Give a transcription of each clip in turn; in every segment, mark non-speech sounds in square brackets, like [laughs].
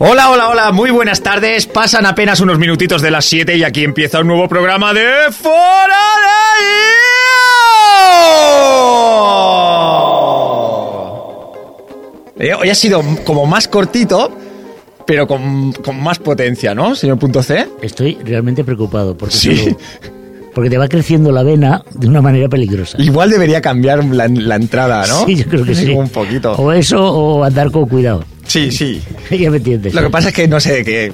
Hola, hola, hola, muy buenas tardes. Pasan apenas unos minutitos de las 7 y aquí empieza un nuevo programa de Fora de Io. Eh, Hoy ha sido como más cortito, pero con, con más potencia, ¿no, señor punto C? Estoy realmente preocupado porque, Sí. solo- porque te va creciendo la vena de una manera peligrosa. Igual debería cambiar la, la entrada, ¿Ah, ¿no? Sí, yo [laughs] creo que sí. Un poquito. O eso o andar con cuidado. [laughs] Sí, sí. ya me entiendes. Lo que pasa es que, no sé, que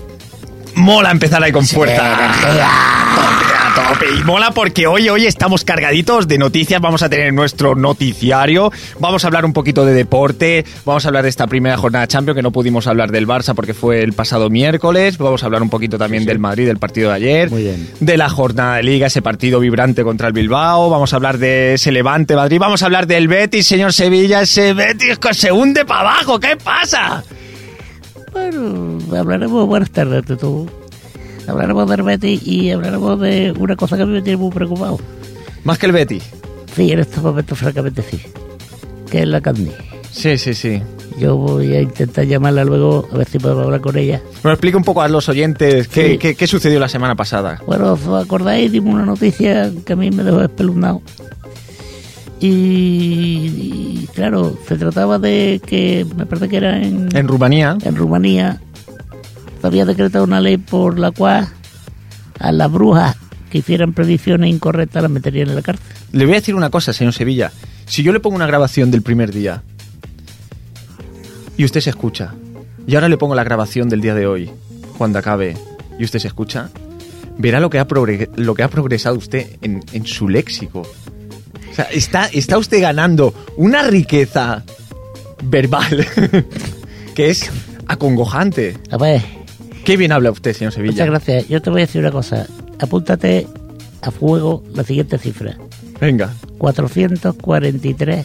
mola empezar ahí con fuerza. A tope, a tope. Y mola porque hoy, hoy estamos cargaditos de noticias. Vamos a tener nuestro noticiario. Vamos a hablar un poquito de deporte. Vamos a hablar de esta primera jornada Champions, que no pudimos hablar del Barça porque fue el pasado miércoles. Vamos a hablar un poquito también del Madrid, del partido de ayer. Muy bien. De la jornada de Liga, ese partido vibrante contra el Bilbao. Vamos a hablar de ese Levante Madrid. Vamos a hablar del Betis, señor Sevilla. Ese Betis que se hunde para abajo. ¿Qué pasa? Bueno, hablaremos, buenas tardes de todo. Hablaremos de Betis y hablaremos de una cosa que a mí me tiene muy preocupado. Más que el Betis. Sí, en estos momentos francamente sí. Que es la Candy. Sí, sí, sí. Yo voy a intentar llamarla luego a ver si podemos hablar con ella. Bueno, explica un poco a los oyentes qué, Sí. qué- qué sucedió la semana pasada. Bueno, ¿os acordáis? Dimos una noticia que a mí me dejó espeluznado. Y, y, claro, se trataba de que, me parece que era en, En Rumanía, en Rumanía, se había decretado una ley por la cual a las brujas que hicieran predicciones incorrectas las meterían en la cárcel. le voy a decir una cosa, señor Sevilla. Si yo le pongo una grabación del primer día y usted se escucha, y ahora le pongo la grabación del día de hoy, cuando acabe, y usted se escucha, verá lo que ha, progre- lo que ha progresado usted en, en su léxico. O sea, está, está usted ganando una riqueza verbal [laughs] que es acongojante. A ver, Qué bien habla usted, señor Sevilla. muchas gracias. Yo te voy a decir una cosa. Apúntate a fuego la siguiente cifra. Venga. 443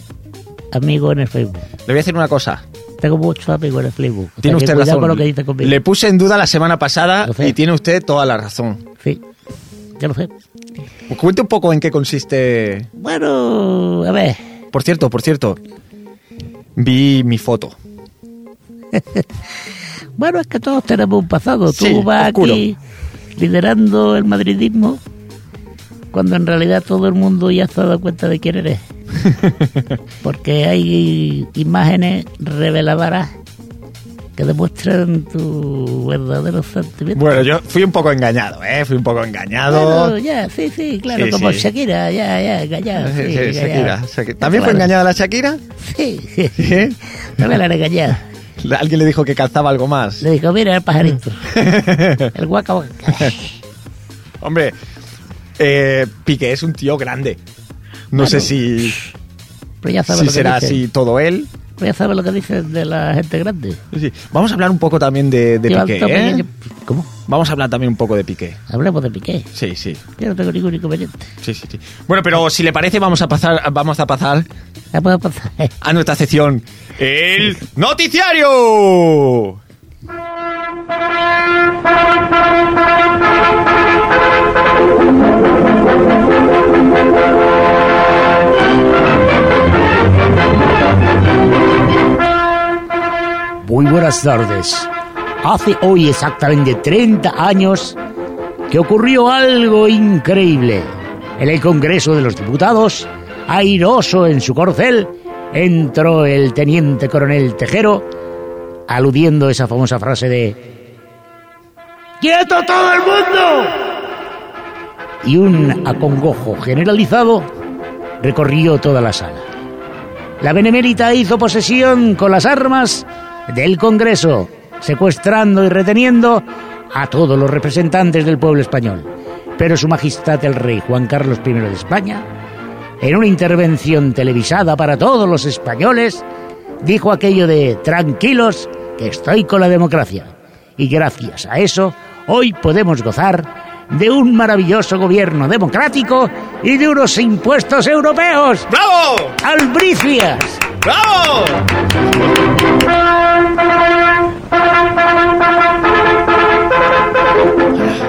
amigos en el Facebook. Le voy a decir una cosa. Tengo muchos amigos en el Facebook. O Tiene sea que usted cuidado razón. con lo que dice conmigo. Le puse en duda la semana pasada Lo sé. y tiene usted toda la razón. Sí, ya lo sé. Cuente un poco en qué consiste. Bueno, a ver. Por cierto, por cierto. Vi mi foto. Bueno, es que todos tenemos un pasado. Sí, Tú vas oscuro. aquí liderando el madridismo cuando en realidad todo el mundo ya se ha dado cuenta de [laughs] quién eres. Porque hay imágenes reveladoras que demuestran tu verdadero sentimiento. Bueno, yo fui un poco engañado, ¿eh? Fui un poco engañado. Eh, Bueno, ya, sí, sí, claro, Sí, como sí. Shakira, ya, ya, engañado. Sí, Sí, sí, engañado. eh, Shakira, Shakira. ¿También fue Claro. engañada la Shakira? Sí, [laughs] sí. ¿Sí? También la han engañado. Alguien le dijo que calzaba algo más. Le dijo, mira el [laughs] pajarito. El guaca guaca. Hombre, eh, Piqué es un tío grande. No sé si, Pero ya sabes si lo que será dicen. así todo él. Pero ya sabes lo que dicen de la gente grande. Sí. Vamos a hablar un poco también de, de Yo al Piqué, tope ¿eh? que yo- ¿Cómo? Vamos a hablar también un poco de Piqué. Hablemos de Piqué. Sí, sí. Yo no tengo ningún inconveniente. Sí, sí, sí. Bueno, pero si le parece, vamos a pasar, vamos a pasar La puedo pasar. a nuestra sección. ¡El noticiario! Muy buenas tardes. Hace hoy exactamente 30 años que ocurrió algo increíble. En el Congreso de los Diputados, airoso en su corcel, entró el teniente coronel Tejero, aludiendo a esa famosa frase de ¡Quieto todo el mundo! Y un acongojo generalizado recorrió toda la sala. La Benemérita hizo posesión con las armas del Congreso, secuestrando y reteniendo a todos los representantes del pueblo español. Pero su Majestad el Rey Juan Carlos I de España, en una intervención televisada para todos los españoles, dijo aquello de tranquilos, que estoy con la democracia. Y gracias a eso, hoy podemos gozar de un maravilloso gobierno democrático y de unos impuestos europeos. ¡Bravo! Albricias. ¡Bravo!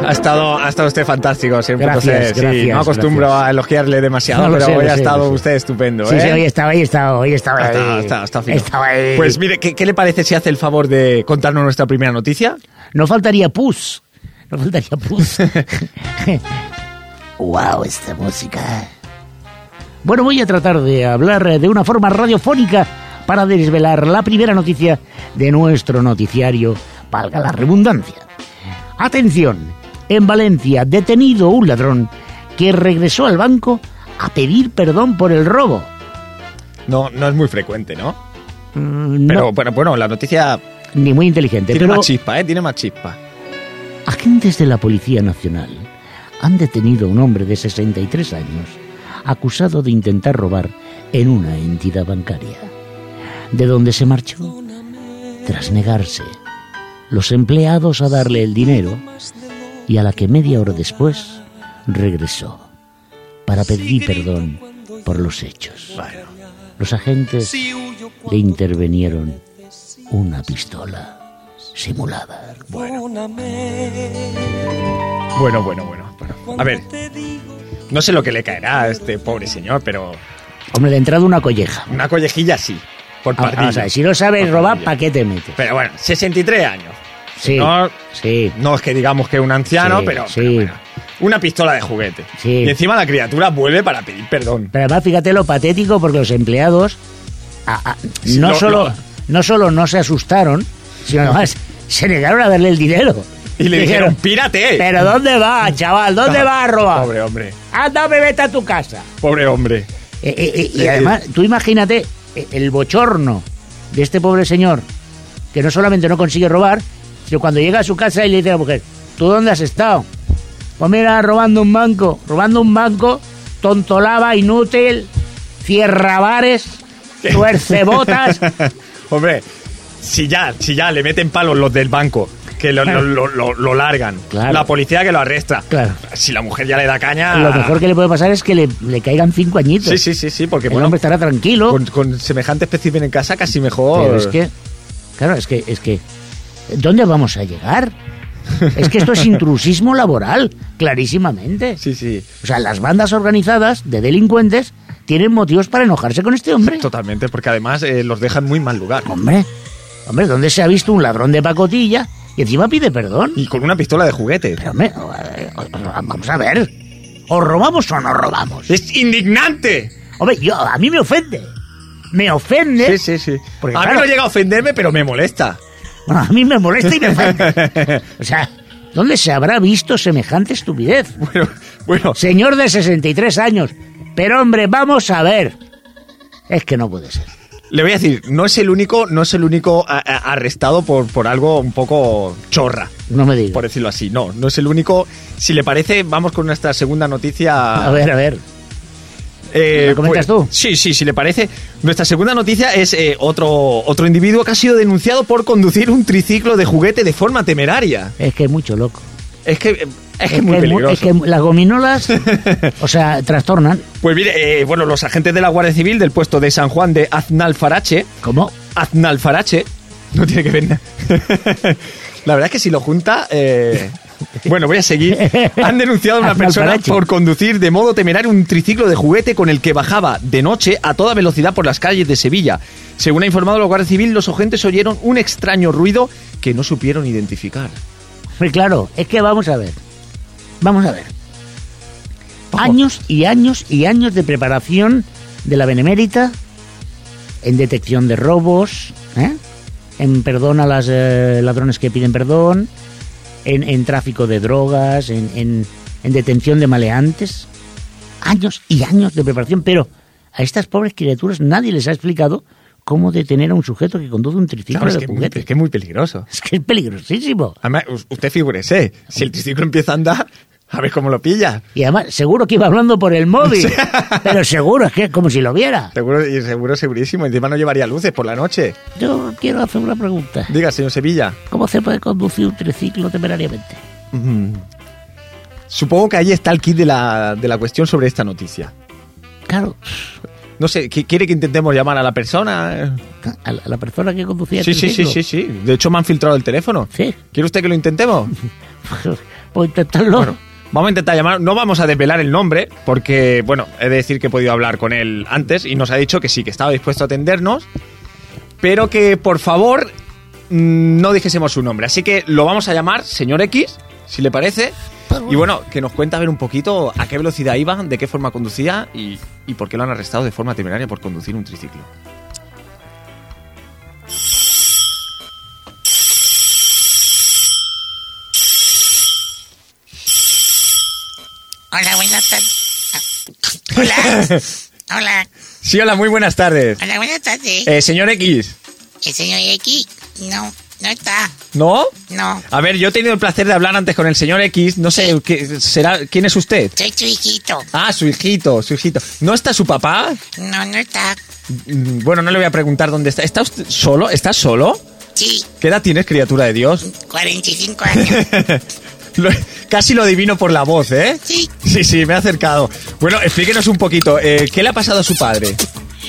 Ha estado, ha estado usted fantástico siempre. Gracias, entonces, sí, gracias, no acostumbro gracias. a elogiarle demasiado, No lo pero sé, hoy lo ha sé, estado lo sé. usted estupendo. Sí, ¿eh? Ah, sí, hoy estaba, hoy estaba, hoy estaba. Ha estado- ahí. ha estado- ha estado fino. Estaba ahí. Pues mire, ¿qué, qué le parece si hace el favor de contarnos nuestra primera noticia? No faltaría pus. No faltaría [laughs] pus. wow, esta música. Bueno, voy a tratar de hablar eh, de una forma radiofónica para desvelar la primera noticia de nuestro noticiario, valga la redundancia. Atención, en Valencia detenido un ladrón que regresó al banco a pedir perdón por el robo. No, no es muy frecuente, ¿no? Mm, Pero no, bueno, bueno, la noticia ni muy inteligente. tiene pero- más chispa, ¿eh? Tiene más chispa. Agentes de la Policía Nacional han detenido a un hombre de 63 años acusado de intentar robar en una entidad bancaria, de donde se marchó tras negarse los empleados a darle el dinero y a la que media hora después regresó para pedir perdón por los hechos. Los agentes le intervenieron una pistola simulada. Bueno, bueno, bueno. bueno. A ver, no sé lo que le caerá a este pobre señor, pero Hombre, de entrada una colleja. una collejilla sí, por Ah, partido. o sea, si no sabes robar, Pardillo. ¿para qué te metes? Pero bueno, 63 años. Sí, No, sí. no es que digamos que un anciano, Sí, pero, sí. pero bueno, una pistola de juguete. Sí. Y encima la criatura vuelve para pedir perdón. Pero además, fíjate lo patético, porque los empleados ah, ah, Sí, no, lo- solo, lo- no solo no se asustaron, sino además se negaron a darle el dinero. Y le dijeron, pírate. ¿pero dónde vas, chaval? ¿Dónde vas a robar? Pobre hombre, Anda, me vete a tu casa. pobre hombre. Eh, eh, eh, y Sí. además, tú imagínate eh, el bochorno de este pobre señor, que no solamente no consigue robar, sino cuando llega a su casa y le dice a la mujer, ¿tú dónde has estado? Pues mira, robando un banco, robando un banco, tontolaba, inútil, cierra bares, [laughs] tuerce botas. Hombre, si ya, si ya le meten palos los del banco, que lo, lo- lo- lo- lo largan. Claro. La policía que lo arresta. Claro. Si la mujer ya le da caña... Lo mejor que le puede pasar es que le, le caigan cinco añitos. Sí, sí, sí, sí, porque El bueno, hombre estará tranquilo. con, con semejante espécimen en casa casi mejor... Pero es que, claro, es que, es que, ¿dónde vamos a llegar? Es [laughs] que esto es intrusismo laboral, clarísimamente. Sí, sí, O sea, las bandas organizadas de delincuentes tienen motivos para enojarse con este hombre. totalmente, porque además eh, los dejan muy mal lugar. Hombre, hombre, ¿dónde se ha visto un ladrón de pacotilla y encima pide perdón? Y con una pistola de juguete. Pero, hombre, o- o- o- vamos a ver, ¿o robamos o no robamos? ¡Es indignante! Hombre, yo, a mí me ofende. Me Sí, ofende. sí, sí. ¿Eh? Porque, a mí claro- no llega a ofenderme, pero me molesta. [laughs] Bueno, a mí me molesta y me ofende. O sea, ¿dónde se habrá visto semejante estupidez? Bueno, bueno. Señor de 63 años. Pero hombre, vamos a ver. Es que no puede ser. Le voy a decir, no es el único, no es el único a- a- arrestado por, por algo un poco chorra, No me digas. por decirlo así. No, no es el único. Si le parece, vamos con nuestra segunda noticia. A ver, a ver. Eh, ¿La comentas pues- tú? Sí, sí, si le parece. Nuestra segunda noticia es eh, otro, otro individuo que ha sido denunciado por conducir un triciclo de juguete de forma temeraria. Es que es mucho loco. Es que, eh, es que es muy mu- peligroso. Es que las gominolas, o sea, trastornan. Pues mire, eh, bueno, los agentes de la Guardia Civil del puesto de San Juan de Aznalfarache, ¿Cómo? Aznalfarache, no tiene que ver nada. [laughs] la verdad es que si lo junta, eh, bueno, voy a seguir. Han denunciado a una persona Aznalfarache. por conducir de modo temerario un triciclo de juguete con el que bajaba de noche a toda velocidad por las calles de Sevilla. Según ha informado la Guardia Civil, los agentes oyeron un extraño ruido que no supieron identificar. Pues claro, es que vamos a ver. Vamos a ver. Años y años y años de preparación de la Benemérita en detección de robos, ¿eh? en perdón a los ladrones que piden perdón, en, en tráfico de drogas, en, en- en detención de maleantes. Años y años de preparación, pero a estas pobres criaturas nadie les ha explicado cómo detener a un sujeto que conduce un triciclo Claro, es, de que es muy, juguete. es que es muy peligroso. Es que es peligrosísimo. Además, us- usted figúrese, si el triciclo empieza a andar, a ver cómo lo pilla. Y además, seguro que iba hablando por el móvil. Sí. [laughs] pero seguro, es que es como si lo viera. Seguro, y seguro, segurísimo. Encima no llevaría luces por la noche. Yo quiero hacer una pregunta. Diga, señor Sevilla. ¿Cómo se puede conducir un triciclo temerariamente? Mm. Supongo que ahí está el kit de la, de la cuestión sobre esta noticia. Claro, No sé, ¿qui- ¿quiere que intentemos llamar a la persona? a la, a la persona que conducía el Sí, sí, sí, triciclo. sí, sí. De hecho, me han filtrado el teléfono. Sí. [laughs] ¿Quiere usted que lo intentemos? Pues intentarlo. Bueno, vamos a intentar llamar, no vamos a desvelar el nombre, porque, bueno, he de decir que he podido hablar con él antes y nos ha dicho que sí, que estaba dispuesto a atendernos, pero que por favor mm, no dijésemos su nombre. Así que lo vamos a llamar señor X, si le parece. Y bueno, que nos cuenta a ver un poquito a qué velocidad iban, de qué forma conducía y, y por qué lo han arrestado de forma temeraria por conducir un triciclo. Hola, buenas tardes. Hola. Hola. Sí, hola, muy buenas tardes. Hola, buenas tardes. Eh, señor X, El señor X no, no está. ¿no? No. A ver, yo he tenido el placer de hablar antes con el señor X. No sé, ¿qué, será, ¿quién es usted? Soy su hijito. Ah, su hijito, su hijito. ¿No está su papá? No, no está. Mm, Bueno, no le voy a preguntar dónde está. ¿Está usted solo? ¿Está solo? Sí, ¿Qué edad tienes, criatura de Dios? [laughs] 45 años. Lo- casi lo adivino por la voz, ¿eh? Sí. Sí, sí, me ha acercado. Bueno, explíquenos un poquito. eh, ¿Qué le ha pasado a su padre?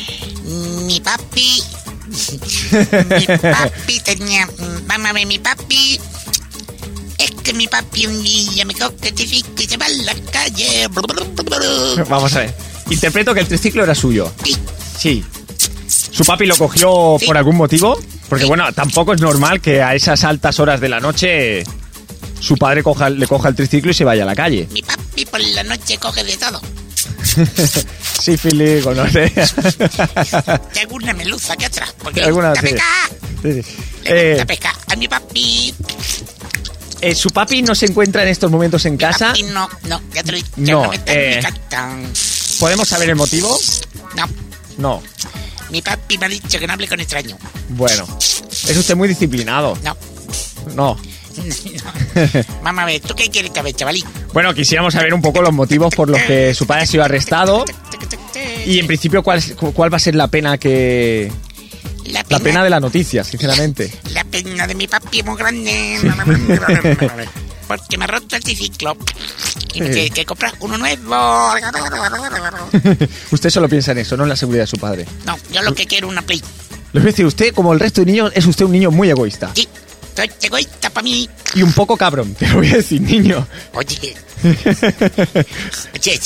[laughs] Mi papi. Mi papi tenía. Vamos a ver, mi papi. Es que mi papi un día me coquetifica y se va a la calle. Vamos a ver. Interpreto que el triciclo era suyo. Sí, Sí. ¿Su papi lo cogió Sí. por algún motivo? Porque Sí. bueno, tampoco es normal que a esas altas horas de la noche su padre coja, le coja el triciclo y se vaya a la calle. Mi papi por la noche coge de todo. Sí, Fili, [laughs] conoce. Y alguna meluza que otra. Porque Alguna, le gusta sí. pescar, Sí, sí. le Eh, gusta pescar. A mi papi. eh, ¿Su papi no se encuentra en estos momentos en casa? papi no, no, ya te lo he dicho. No, me está en eh. mi casa. ¿Podemos saber el motivo? No, No. mi papi me ha dicho que no hable con extraños. Bueno. Es usted muy disciplinado. No. No. [laughs] no. Mamá, a ver, ¿tú qué quieres saber, chavalín? Bueno, quisiéramos saber un poco los motivos por los que su padre ha sido arrestado. Y en principio, ¿cuál, es- cuál va a ser la pena que. La pena, La pena de la noticia, sinceramente. [laughs] la pena de mi papi es muy grande. Porque me ha roto el triciclo. Y me Sí. tiene que comprar uno nuevo. Usted solo piensa en eso, no en la seguridad de su padre. No, yo lo que quiero es una play. Le voy a decir, usted, como el resto de niños, es usted un niño muy egoísta. Sí, soy egoísta para mí. Y un poco cabrón, te lo voy a decir, niño. [laughs] Oye, oye,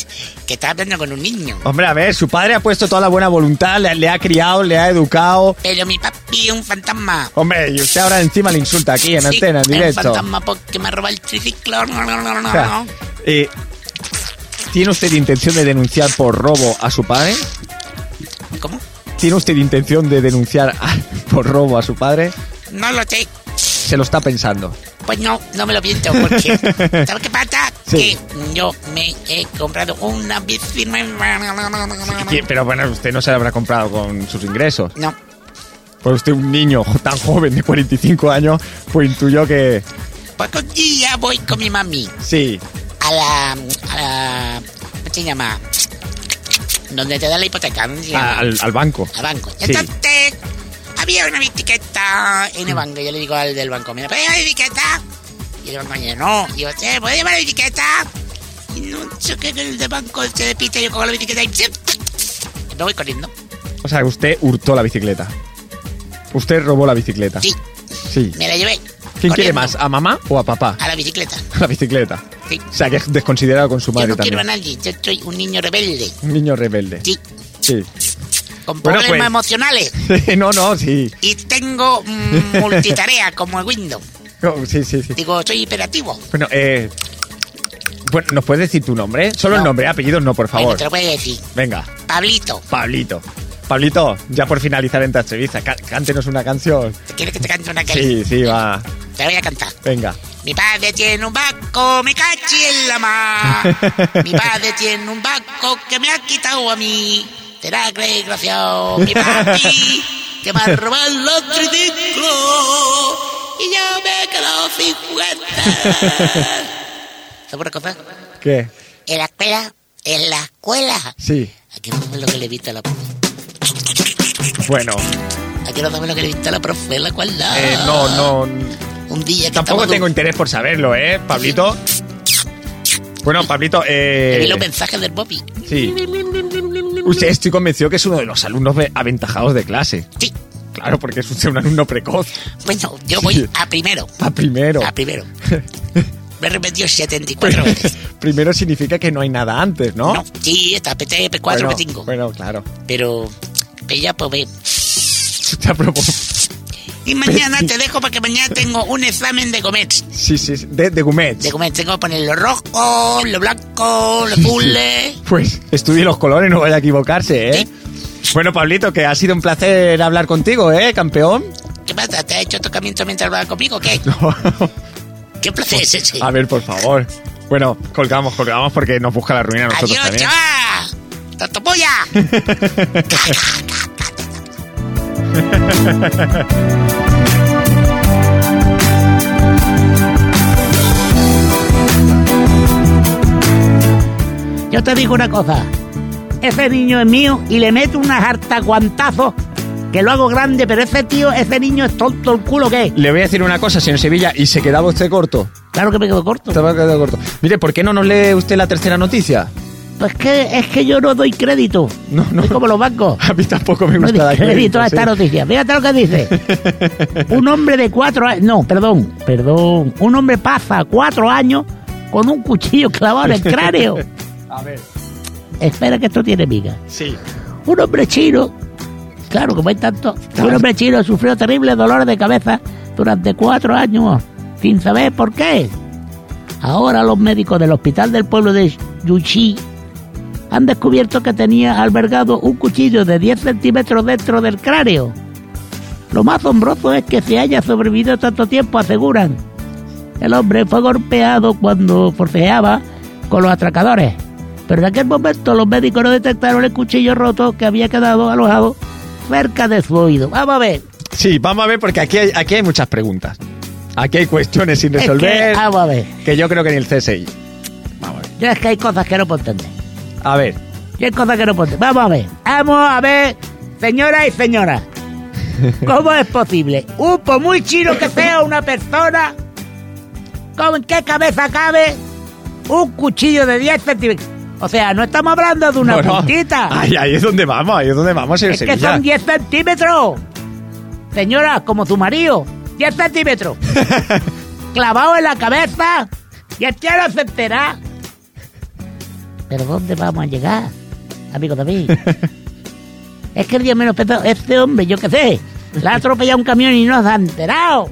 que estás hablando con un niño. Hombre, a ver, su padre ha puesto toda la buena voluntad, le, le ha criado, le ha educado. Pero mi papi es un fantasma. Hombre, y usted ahora encima le insulta aquí en Sí, antena, en Es un directo. fantasma porque me ha robado el triciclo. No, no, no, no, O sea, no. eh, ¿Tiene usted intención de denunciar por robo a su padre? ¿Cómo? ¿Tiene usted intención de denunciar a- [laughs] por robo a su padre? No lo sé. Se lo está pensando. Pues no, no me lo pienso [laughs] porque... ¿Sabes qué pasa? Sí. Que yo me he comprado una bici nueva. Ah, Pero bueno, usted no se la habrá comprado con sus ingresos. No, Pues usted, un niño jo- tan joven de 45 años, pues intuyó que porque pues un día voy con mi mami sí. a la... A la ¿Cómo se llama? Donde te da la hipoteca. ¿Dónde se llama? Ah, a- Al, al banco. al banco. Y Sí. Entonces, había una bicicleta en el banco. Yo le digo al del banco, mira, ¿puedes llevar bicicleta? Y el banco me dice, no. Y yo, che, ¿puedes llevar bicicleta? Y no sé qué, que el del banco se despista, yo cojo la bicicleta y... ¡chip! Y me voy corriendo. O sea, usted hurtó la bicicleta. Usted robó la bicicleta. Sí, Sí. me la llevé. ¿Quién quiere corriendo más, a mamá o a papá? A la bicicleta. A la bicicleta. Sí. O sea, que es desconsiderado con su Yo madre no quiero a también. nadie, yo soy un niño rebelde. Un niño rebelde. Sí, Sí. con Bueno, problemas pues. emocionales. no, no, sí. [laughs] Y tengo mm, multitarea como el Windows. No, sí, sí, sí. Digo, soy hiperactivo. Bueno, eh. Bueno, ¿nos puedes decir tu nombre? Solo No. el nombre, apellidos no, por Bueno, favor. te lo voy a decir. Venga, Pablito, Pablito. Pablito, ya por finalizar en tu entrevista, cá- cántenos una canción. ¿quieres que te cante una calle? Sí, sí, va. Te voy a cantar. Venga. Mi padre tiene un barco, me cachi en la mar. Mi padre tiene un barco que me ha quitado a mí. Será que desgraciado, mi papi, que me ha robado los triciclos. Y yo me he quedado sin juguetes. ¿Sabes una cosa? ¿Qué? En la escuela, en la escuela. Sí. Aquí no sabes lo que le he visto a la profe. Bueno, Aquí no sabes lo que le he visto a la profe, la cual no. eh, no, no. Un día que Tampoco estaba tengo interés por saberlo, ¿eh, Pablito? Bueno, Pablito, Te vi eh. los mensajes del Bobby. Sí. Usted estoy convencido que es uno de los alumnos ve- aventajados de clase. Sí. Claro, porque es usted un alumno precoz. Bueno, yo voy Sí. a primero. [laughs] A primero. A primero. lo he repetido 74 veces. Primero significa que no hay nada antes, ¿no? No, sí, está P3, P4, Bueno, P5. Bueno, claro. [laughs] Pero, pero ya pues ve. Te apropo- Y mañana te dejo porque mañana tengo un examen de comer. Sí, sí, sí, de, de Gumet. De comer, tengo que poner lo rojo, lo blanco, lo azul. ¿eh? Pues estudie los colores, no vaya a equivocarse, ¿eh? Bueno, Pablito, que ha sido un placer hablar contigo, ¿eh, campeón? [laughs] ¿Qué pasa? ¿Te has hecho tocamiento mientras hablabas conmigo o qué? ¿Qué placer Pues, es ese? a ver, por favor. Bueno, colgamos, colgamos porque nos busca la ruina a nosotros Adiós, también. chaval. ¡Totopolla! Yo te digo una cosa. Ese niño es mío y le meto unas harta guantazos que lo hago grande, pero ese tío, ese niño es tonto el culo que es. Le voy a decir una cosa, señor Sevilla, y se quedaba usted corto. Claro que me quedo corto. Estaba quedado corto. Mire, ¿por qué no nos lee usted la tercera noticia? [laughs] Pues que es que yo no doy crédito. No, no. Soy como los bancos. A mí tampoco me No gusta dar doy crédito a sí. esta noticia. Fíjate lo que dice. Un hombre de cuatro años. No, perdón, perdón. Un hombre pasa cuatro años con un cuchillo clavado en el cráneo. A ver, Espera que esto tiene miga. sí. Un hombre chino, claro, como hay tanto, un hombre chino sufrió terribles dolores de cabeza durante cuatro años, sin saber por qué. Ahora los médicos del hospital del pueblo de Yuxi han descubierto que tenía albergado un cuchillo de 10 centímetros dentro del cráneo. Lo más asombroso es que se haya sobrevivido tanto tiempo, aseguran. El hombre fue golpeado cuando forcejeaba con los atracadores, pero en aquel momento los médicos no detectaron el cuchillo roto que había quedado alojado cerca de su oído. Vamos a ver. Sí, vamos a ver porque aquí hay, aquí hay muchas preguntas. Aquí hay cuestiones sin Es que- resolver que, vamos a ver. yo creo que ni el CSI. Vamos a ver. Yo es que hay cosas que no puedo entender. A ver. Yo hay cosas que no puedo entender. Vamos a ver. Vamos a ver, señoras y señoras. ¿Cómo es posible? Un por muy chino que sea una persona, ¿cómo en qué cabeza cabe un cuchillo de 10 centímetros? O sea, no estamos hablando de una no, no. puntita. Ay, ahí es donde vamos, ahí es donde vamos, señor Es que Sevilla. son 10 centímetros. Señora, como tu marido, [laughs] 10 centímetros. Clavado en la cabeza. Y el tío no se entera. Pero ¿dónde vamos a llegar, amigo [laughs] David? es que el día menos pensado, este hombre, yo qué sé, la ha atropellado un camión y no se [laughs] ha enterado.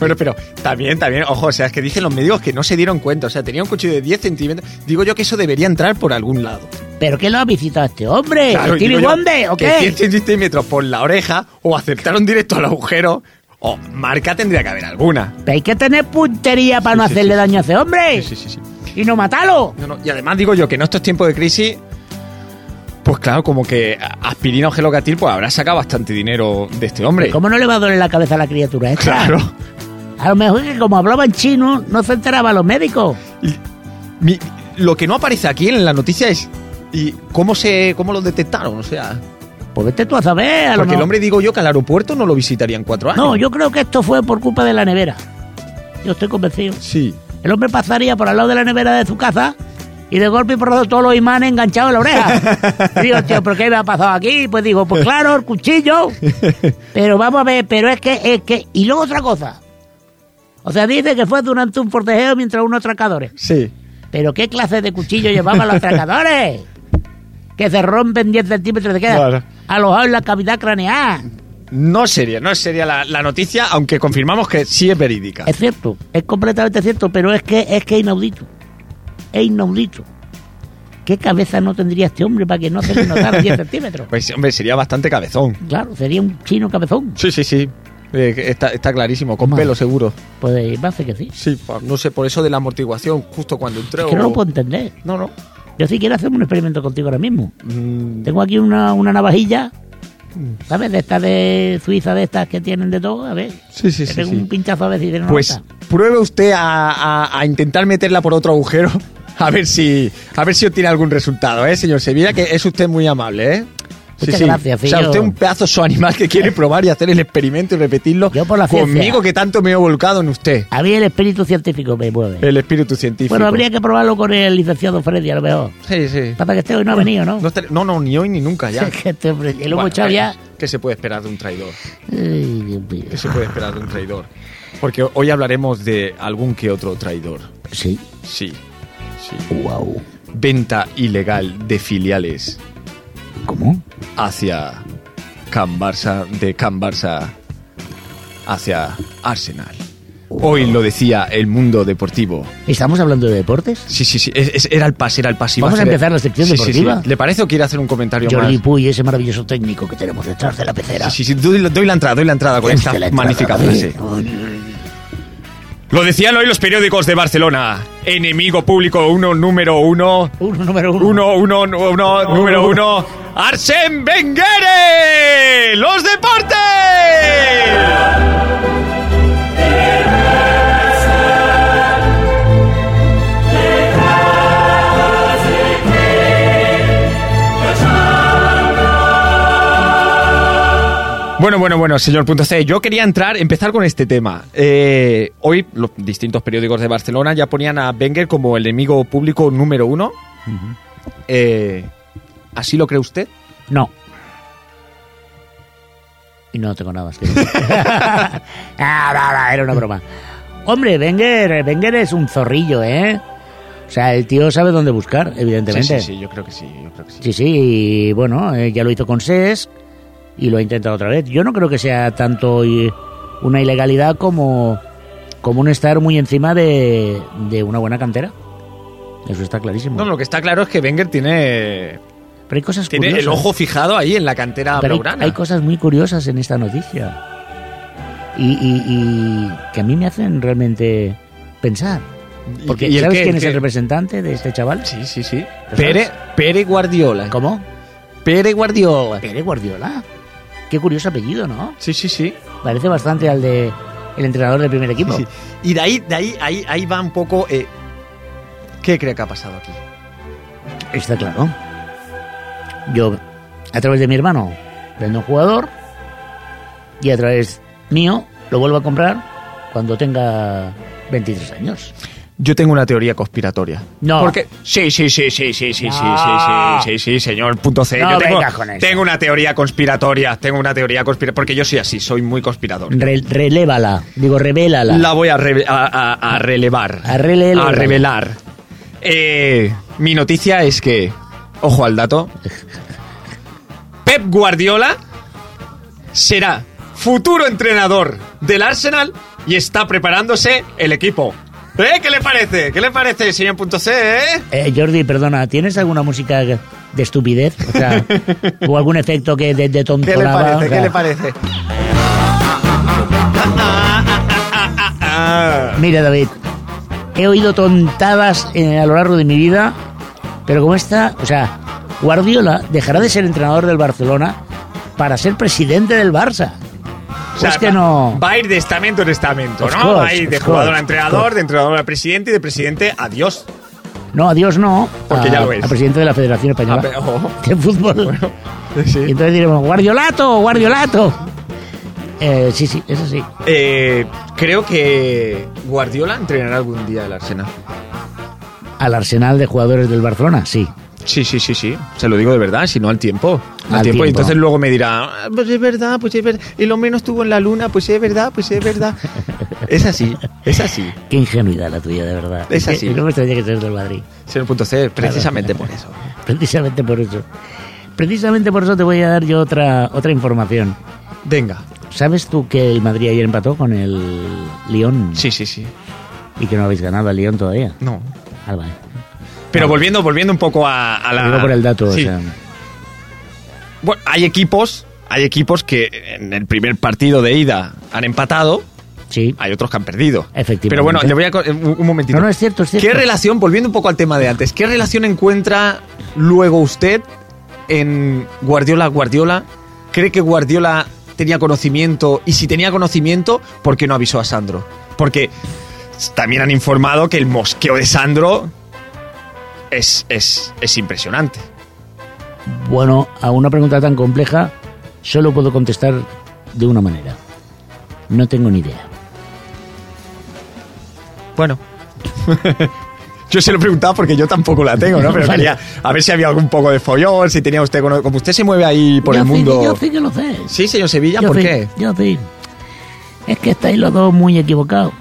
Pero, pero, también, también, ojo, o sea, es que dicen los médicos que no se dieron cuenta, o sea, tenía un cuchillo de 10 centímetros. Digo yo que eso debería entrar por algún lado. ¿Pero qué lo ha visitado este hombre? Claro, ¿Tiene digo yo dónde? ¿O que este- qué? 10 centímetros por la oreja, o aceptaron directo al agujero, o marca tendría que haber alguna. Pero hay que tener puntería para no sí, hacerle sí. daño a ese hombre. Sí, sí, sí, sí. Y no matarlo. No, no, Y además digo yo que en estos tiempos de crisis, pues claro, como que aspirina o gelocatil, pues habrá sacado bastante dinero de este hombre. ¿Cómo no le va a doler la cabeza a la criatura esta? Claro. A lo mejor que como hablaba en chino, no se enteraban los médicos. Mi- lo que no aparece aquí en la noticia es y cómo se cómo lo detectaron, o sea, Pues vete tú a saber, a lo porque el mejor- hombre digo yo que al aeropuerto no lo visitaría en cuatro años. No, yo creo que esto fue por culpa de la nevera. Yo estoy convencido. sí. El hombre pasaría por al lado de la nevera de su casa y de golpe y porrazo todos los imanes enganchados en la oreja. [laughs] Y digo, tío, ¿pero qué me ha pasado aquí? Pues digo, pues claro, el [laughs] cuchillo. Pero vamos a ver, pero es que, es que... Y luego otra cosa. O sea, dice que fue durante un forcejeo mientras unos atracadores. Sí. ¿Pero qué clase de cuchillo llevaban los atracadores? Que se rompen 10 centímetros de queda. Claro. Alojado en la cavidad craneal. No sería, no sería la, la noticia, aunque confirmamos que sí es verídica. Es cierto, es completamente cierto, pero es que es que es inaudito. Es inaudito. ¿Qué cabeza no tendría este hombre para que no se le notara 10 centímetros? Pues hombre, sería bastante cabezón. Claro, sería un chino cabezón. Sí, sí, sí. Eh, que está, está clarísimo, con Madre. pelo seguro. Pues me hace que sí. Sí, pa- no sé, por eso de la amortiguación, justo cuando entré. Es que no o- lo puedo entender. no, no. Yo sí quiero hacer un experimento contigo ahora mismo. Mm, Tengo aquí una, una navajilla, ¿sabes? De estas de Suiza, de estas que tienen de todo, a ver. sí, sí, le sí. pego sí. un pinchazo a ver si tiene una Pues nota. pruebe usted a, a- a intentar meterla por otro agujero. [laughs] A ver si a ver si obtiene algún resultado, ¿eh, señor Sevilla? Que es usted muy amable, ¿eh? Muchas gracias, O sea, Fillo. usted es un pedazo de animal que [laughs] quiere probar y hacer el experimento y repetirlo Yo por la ciencia. conmigo que tanto me he volcado en usted. A mí el espíritu científico me mueve. El espíritu científico. bueno, habría que probarlo con el licenciado Freddy, a lo mejor. Sí, sí. Pasa que este hoy no ha venido, ¿no? No, [laughs] estar- no, no, ni hoy ni nunca ya. Es que este hombre, y lo hemos Bueno, eh, echado ya. ¿Qué se puede esperar de un traidor? Ay, Dios mío. ¿Qué se puede esperar de un traidor? Porque hoy hablaremos de algún que otro traidor. Sí. Sí, sí. Wow. Venta ilegal de filiales ¿Cómo? hacia Can Barça, de Can Barça hacia Arsenal. Hoy lo decía el mundo deportivo. ¿Estamos hablando de deportes? Sí, sí, sí. es- es- era el pase, era el pasivo. Vamos a empezar la sección deportiva. ¿Le parece o quiere hacer un comentario Jordi más? Puy, ese maravilloso técnico que tenemos detrás de la pecera. Este Sí, sí, sí, doy, doy la entrada, doy la entrada con esta Esta la magnífica entrada, frase. Lo decían hoy los periódicos de Barcelona. Enemigo público uno, número uno. Uno, número uno. Uno, uno, nu- uno, número uno. Arsen Wenger. Los deportes. Bueno, bueno, bueno, señor Punto C, yo quería entrar, empezar con este tema. Eh, hoy los distintos periódicos de Barcelona ya ponían a Wenger como el enemigo público número uno. Eh, ¿Así lo cree usted? No. Y no tengo nada más que decir. ah, no, no, era una broma. Hombre, Wenger, Wenger es un zorrillo, ¿eh? O sea, el tío sabe dónde buscar, Sí, evidentemente. sí, sí, yo creo que sí, yo creo que sí. Sí, sí, y bueno, eh, ya lo hizo con SES y lo ha intentado otra vez. Yo no creo que sea tanto eh, una ilegalidad como, como un estar muy encima de, de una buena cantera. Eso está clarísimo. No, lo que está claro es que Wenger tiene, Pero hay cosas tiene el curiosas. ojo fijado ahí en la cantera Pero hay- blaugrana. hay, cosas muy curiosas en esta noticia. Y, y- y que a mí me hacen realmente pensar. ¿Y- Porque y el ¿sabes qué, quién el es qué? el representante de este chaval? Sí, sí, sí. ¿Lo Pere, sabes? Pere Guardiola. ¿Cómo? Pere Guardiola. Pere Guardiola. Qué curioso apellido, ¿no? Sí, sí, sí. Parece bastante al de el entrenador del primer equipo. Sí, sí. Y de ahí, de ahí, ahí, ahí va un poco. eh, ¿Qué cree que ha pasado aquí? Está claro. Yo, a través de mi hermano, vendo un jugador y a través mío lo vuelvo a comprar cuando tenga 23 años. Yo tengo una teoría conspiratoria. No. Porque sí, sí, sí, sí, sí, sí, sí, No. sí, sí, sí, sí, señor punto C. No yo tengo, vengas con eso. tengo una teoría conspiratoria, tengo una teoría conspiratoria, porque yo soy así, soy muy conspirador. Re- relévala, digo, revélala. La voy a, reve- a- a- a relevar. A relevar. A revelar. Eh, mi noticia es que, ojo al dato, Pep Guardiola será futuro entrenador del Arsenal y está preparándose el equipo. ¿Eh? ¿Qué le parece? ¿Qué le parece, señor punto C? eh? Eh, Jordi, perdona, ¿tienes alguna música de estupidez? [laughs] O, sea, o algún efecto que de, de ¿Qué le parece? tontolada. O sea, ¿Qué le parece? Mira, David, he oído tontadas eh, a lo largo de mi vida, pero como esta, o sea, Guardiola dejará de ser entrenador del Barcelona para ser presidente del Barça. O sea, es que va- no. Va a ir de estamento en estamento, Of ¿no? course, va a ir de of jugador course, a of entrenador, course. de entrenador a presidente y de presidente a [laughs] Dios. No, adiós, no. Porque a, ya lo es. a presidente de la Federación Española Ah, pero- ojo. de Fútbol. Y Sí. entonces diremos, Guardiolato, Guardiolato. Eh, sí, sí, eso sí. Eh, creo que Guardiola entrenará algún día el Arsenal. Al arsenal de jugadores del Barcelona, sí. Sí, sí, sí, sí. Se lo digo de verdad, si no al tiempo. Al, Al tiempo. Y tiempo. entonces luego me dirá, "Ah, pues es verdad, pues es verdad. Y lo menos estuvo en la luna, pues es verdad, pues es verdad. [laughs] es así, es así. Qué ingenuidad la tuya, de verdad. Es así. Y no me extraña que seas del Madrid. [laughs] Señor punto C, precisamente por eso. Precisamente por eso. Precisamente por eso te voy a dar yo otra, otra información. Venga. ¿Sabes tú que el Madrid ayer empató con el Lyon? Sí, sí, sí. Y que no habéis ganado al Lyon todavía. No. Ah, vale. Pero volviendo, volviendo un poco a, a la. Te digo por el dato. Sí. O sea, Bueno, hay equipos, hay equipos que en el primer partido de ida han empatado, sí. hay otros que han perdido. Efectivamente. Pero bueno, le voy a co- un, un momentito. No, no, es cierto, es cierto. ¿Qué relación, volviendo un poco al tema de antes, qué relación encuentra luego usted en Guardiola Guardiola? ¿Cree que Guardiola tenía conocimiento? Y si tenía conocimiento, ¿por qué no avisó a Sandro? Porque también han informado que el mosqueo de Sandro es, es, es impresionante. Bueno, a una pregunta tan compleja solo puedo contestar de una manera. No tengo ni idea. Bueno. [laughs] Yo se lo preguntaba porque yo tampoco la tengo, ¿no? Pero [laughs] Vale. quería a ver si había algún poco de follón, si tenía usted... cono- Como usted se mueve ahí por Yo el sí- mundo... yo sí que lo sé. Sí, señor Sevilla, Yo ¿por sí, qué? Yo sí. Es que estáis los dos muy equivocados.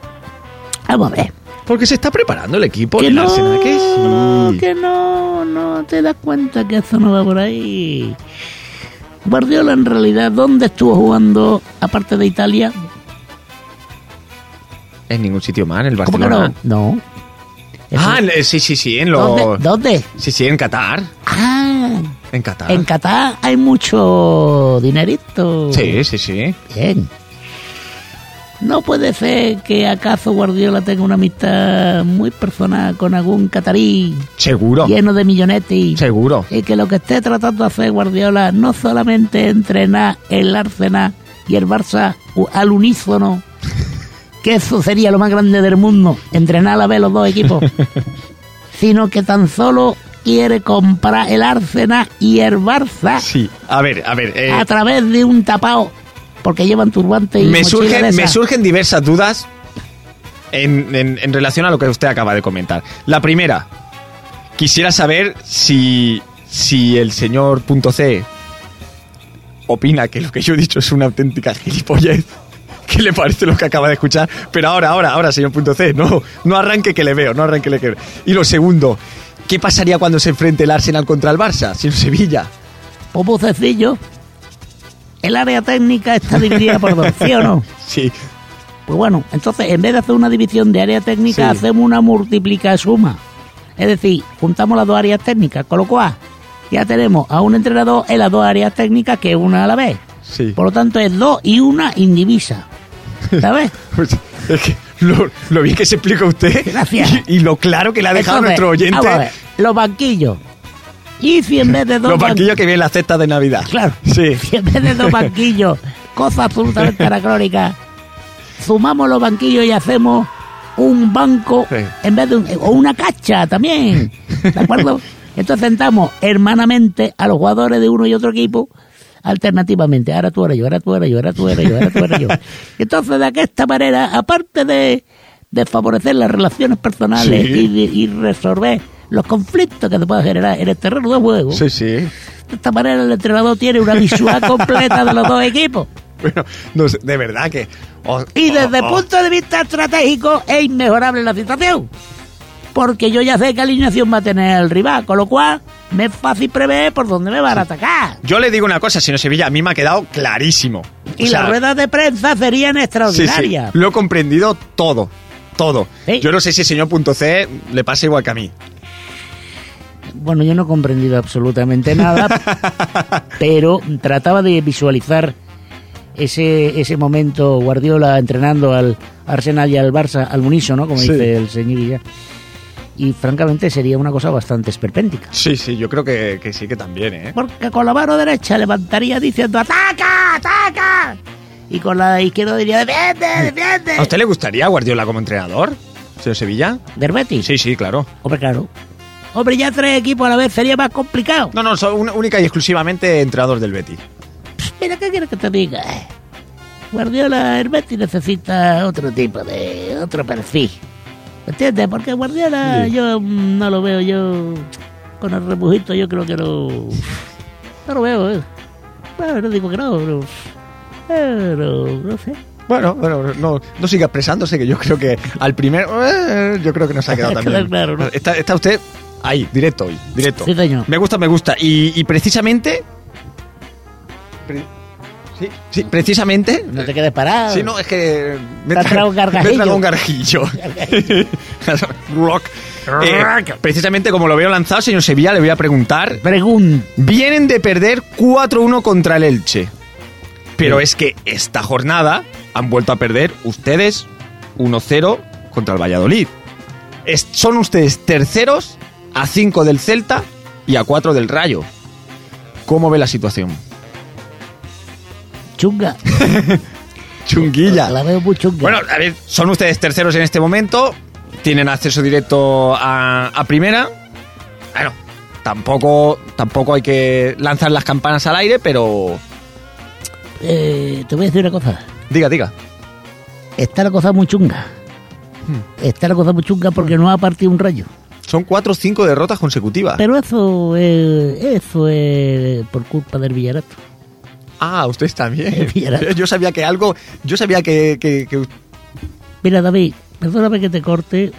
Vamos a ver. Porque se está preparando el equipo. Que el no, Arsenal, que sí. que no, no te das cuenta que eso no va por ahí. Guardiola en realidad, ¿dónde estuvo jugando aparte de Italia? En ningún sitio más, en el ¿Cómo que Barcelona. no? No. Eso- Ah, en- sí, sí, sí, en los... ¿Dónde? ¿Dónde? Sí, sí, en Qatar. Ah, En Qatar. en Qatar hay mucho dinerito. Sí, sí, sí. Bien. No puede ser que acaso Guardiola tenga una amistad muy personal con algún catarí Seguro. lleno de millonetes. Seguro. Y que lo que esté tratando de hacer Guardiola no solamente entrenar el Arsenal y el Barça u- al unísono, que eso sería lo más grande del mundo, entrenar a la vez los dos equipos, sino que tan solo quiere comprar el Arsenal y el Barça Sí. A ver, a ver. eh, a través de un tapao, porque llevan turbante y me, mochila de surgen, me esas. surgen diversas dudas en, en- en relación a lo que usted acaba de comentar. La primera, quisiera saber si, si el señor punto C opina que lo que yo he dicho es una auténtica gilipollez. [laughs] ¿Qué le parece lo que acaba de escuchar? Pero ahora, ahora, ahora, señor punto C, no, no arranque que le veo, no arranque le que Y lo segundo, ¿qué pasaría cuando se enfrente el Arsenal contra el Barça, sin Sevilla? Pues muy sencillo. El área técnica está dividida por dos, ¿sí o no? Sí, Pues bueno, entonces en vez de hacer una división de área técnica, Sí. hacemos una multiplica suma. Es decir, juntamos las dos áreas técnicas, con lo cual ya tenemos a un entrenador en las dos áreas técnicas que una a la vez. sí. Por lo tanto, es dos y una indivisa. ¿Sabes? Pues, es que lo, lo bien que se explica usted Gracias. Y, y lo claro que le [laughs] ha dejado Entonces, nuestro vamos a ver, oyente los banquillos. Y si en vez de dos los ban- banquillos que vienen en la cesta de Navidad. Claro. Sí. [laughs] Si en vez de dos banquillos, [laughs] cosa absolutamente anacrónica, sumamos los banquillos y hacemos un banco Sí. en vez de un- o una cacha [laughs] también. ¿De acuerdo? Entonces sentamos hermanamente a los jugadores de uno y otro equipo alternativamente. Ahora tú, ahora yo, ahora tú, ahora yo, ahora tú, ahora yo, ahora [laughs] tú, ahora yo. Y Entonces, de esta manera, aparte de, de favorecer las relaciones personales Sí. y, de- y resolver los conflictos que se puedan generar en el terreno de juego, Sí, sí. de esta manera el entrenador tiene una [laughs] visual completa de los dos equipos. Bueno, no sé, de verdad que. oh, Y oh, desde el oh. punto de vista estratégico es inmejorable la situación. Porque yo ya sé qué alineación va a tener el rival, con lo cual me es fácil prever por dónde me van a atacar. Yo le digo una cosa, señor Sevilla, a mí me ha quedado clarísimo. Y O sea, las ruedas de prensa serían sí, sí, extraordinarias. Lo he comprendido todo. Todo. Sí. Yo no sé si el señor punto C le pasa igual que a mí. Bueno, yo no he comprendido [laughs] absolutamente nada, pero trataba de visualizar ese, ese momento Guardiola entrenando al Arsenal y al Barça al unísono, como Sí. dice el señor Villa. Y francamente sería una cosa bastante esperpéntica. Sí, sí, yo creo que, que sí que también, ¿eh? Porque con la mano derecha levantaría diciendo ¡Ataca! ¡Ataca! Y con la izquierda diría ¡Defiende! ¡Defiende! ¿A usted le gustaría Guardiola como entrenador, señor Sevilla? ¿Del Betis? Sí, sí, claro. Hombre, claro. Hombre, ya tres equipos a la vez sería más complicado. No, no, soy un- única y exclusivamente entrenador del Betis. Mira, ¿qué quieres que te diga? eh? Guardiola, el Betis necesita otro tipo de... otro perfil. ¿Me entiendes? Porque Guardiola Sí. yo mm, no lo veo, yo... con el repujito yo creo que no... no lo veo, eh. Bueno, no digo que no, pero... pero no sé. Bueno, bueno, no, no siga expresándose, que yo creo que al primer. eh, yo creo que nos ha [laughs] quedado también. Claro, claro, ¿no? está, está usted ahí, directo hoy, directo. Sí, señor. Me gusta, me gusta. Y, y precisamente. pre- sí, sí, precisamente. No te quedes parado. Sí, no, es que. Me Ah. Te ha tra- tragado un me he gargajillo. tragado un gargajillo. [laughs] [laughs] Rock. Eh, precisamente como lo veo lanzado, señor Sevilla, le voy a preguntar. Pregun- Vienen de perder 4-1 contra el Elche. Pero es que esta jornada han vuelto a perder ustedes 1-0 contra el Valladolid. Es- son ustedes terceros a 5 del Celta y a 4 del Rayo. ¿Cómo ve la situación? Chunga. La Chunguilla. veo muy chunga. Bueno, a ver, son ustedes terceros en este momento. Tienen acceso directo a, a primera. Bueno, tampoco, tampoco hay que lanzar las campanas al aire, pero... Eh, te voy a decir una cosa. Diga, diga. Está la cosa muy chunga. Hmm. Está la cosa muy chunga porque no ha partido un rayo. Son cuatro o cinco derrotas consecutivas. Pero eso es, eso es por culpa del Villarato. Ah, ustedes también. Mira. [laughs] Yo sabía que algo. Yo sabía que. que- que- Mira, David, perdóname que te corte,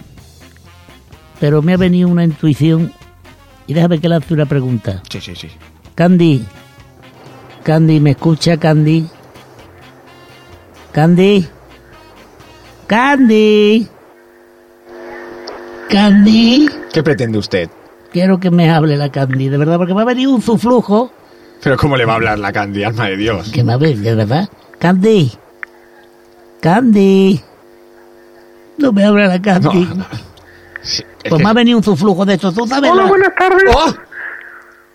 pero me ha venido una intuición y déjame que le haga una pregunta. Sí, sí, sí. Candy, Candy, ¿me escucha Candy? Candy, Candy, Candy, ¿Qué pretende usted? quiero que me hable la Candy, de verdad, porque me ha venido un zuflujo Pero ¿cómo le va a hablar la Candy, alma de Dios? que me ha venido, de verdad. Candy, Candy, no me habla la Candy. No, Sí, es Pues que- me ha venido un zuflujo de esto, tú sabes. Hola, la- buenas tardes. ¡Oh!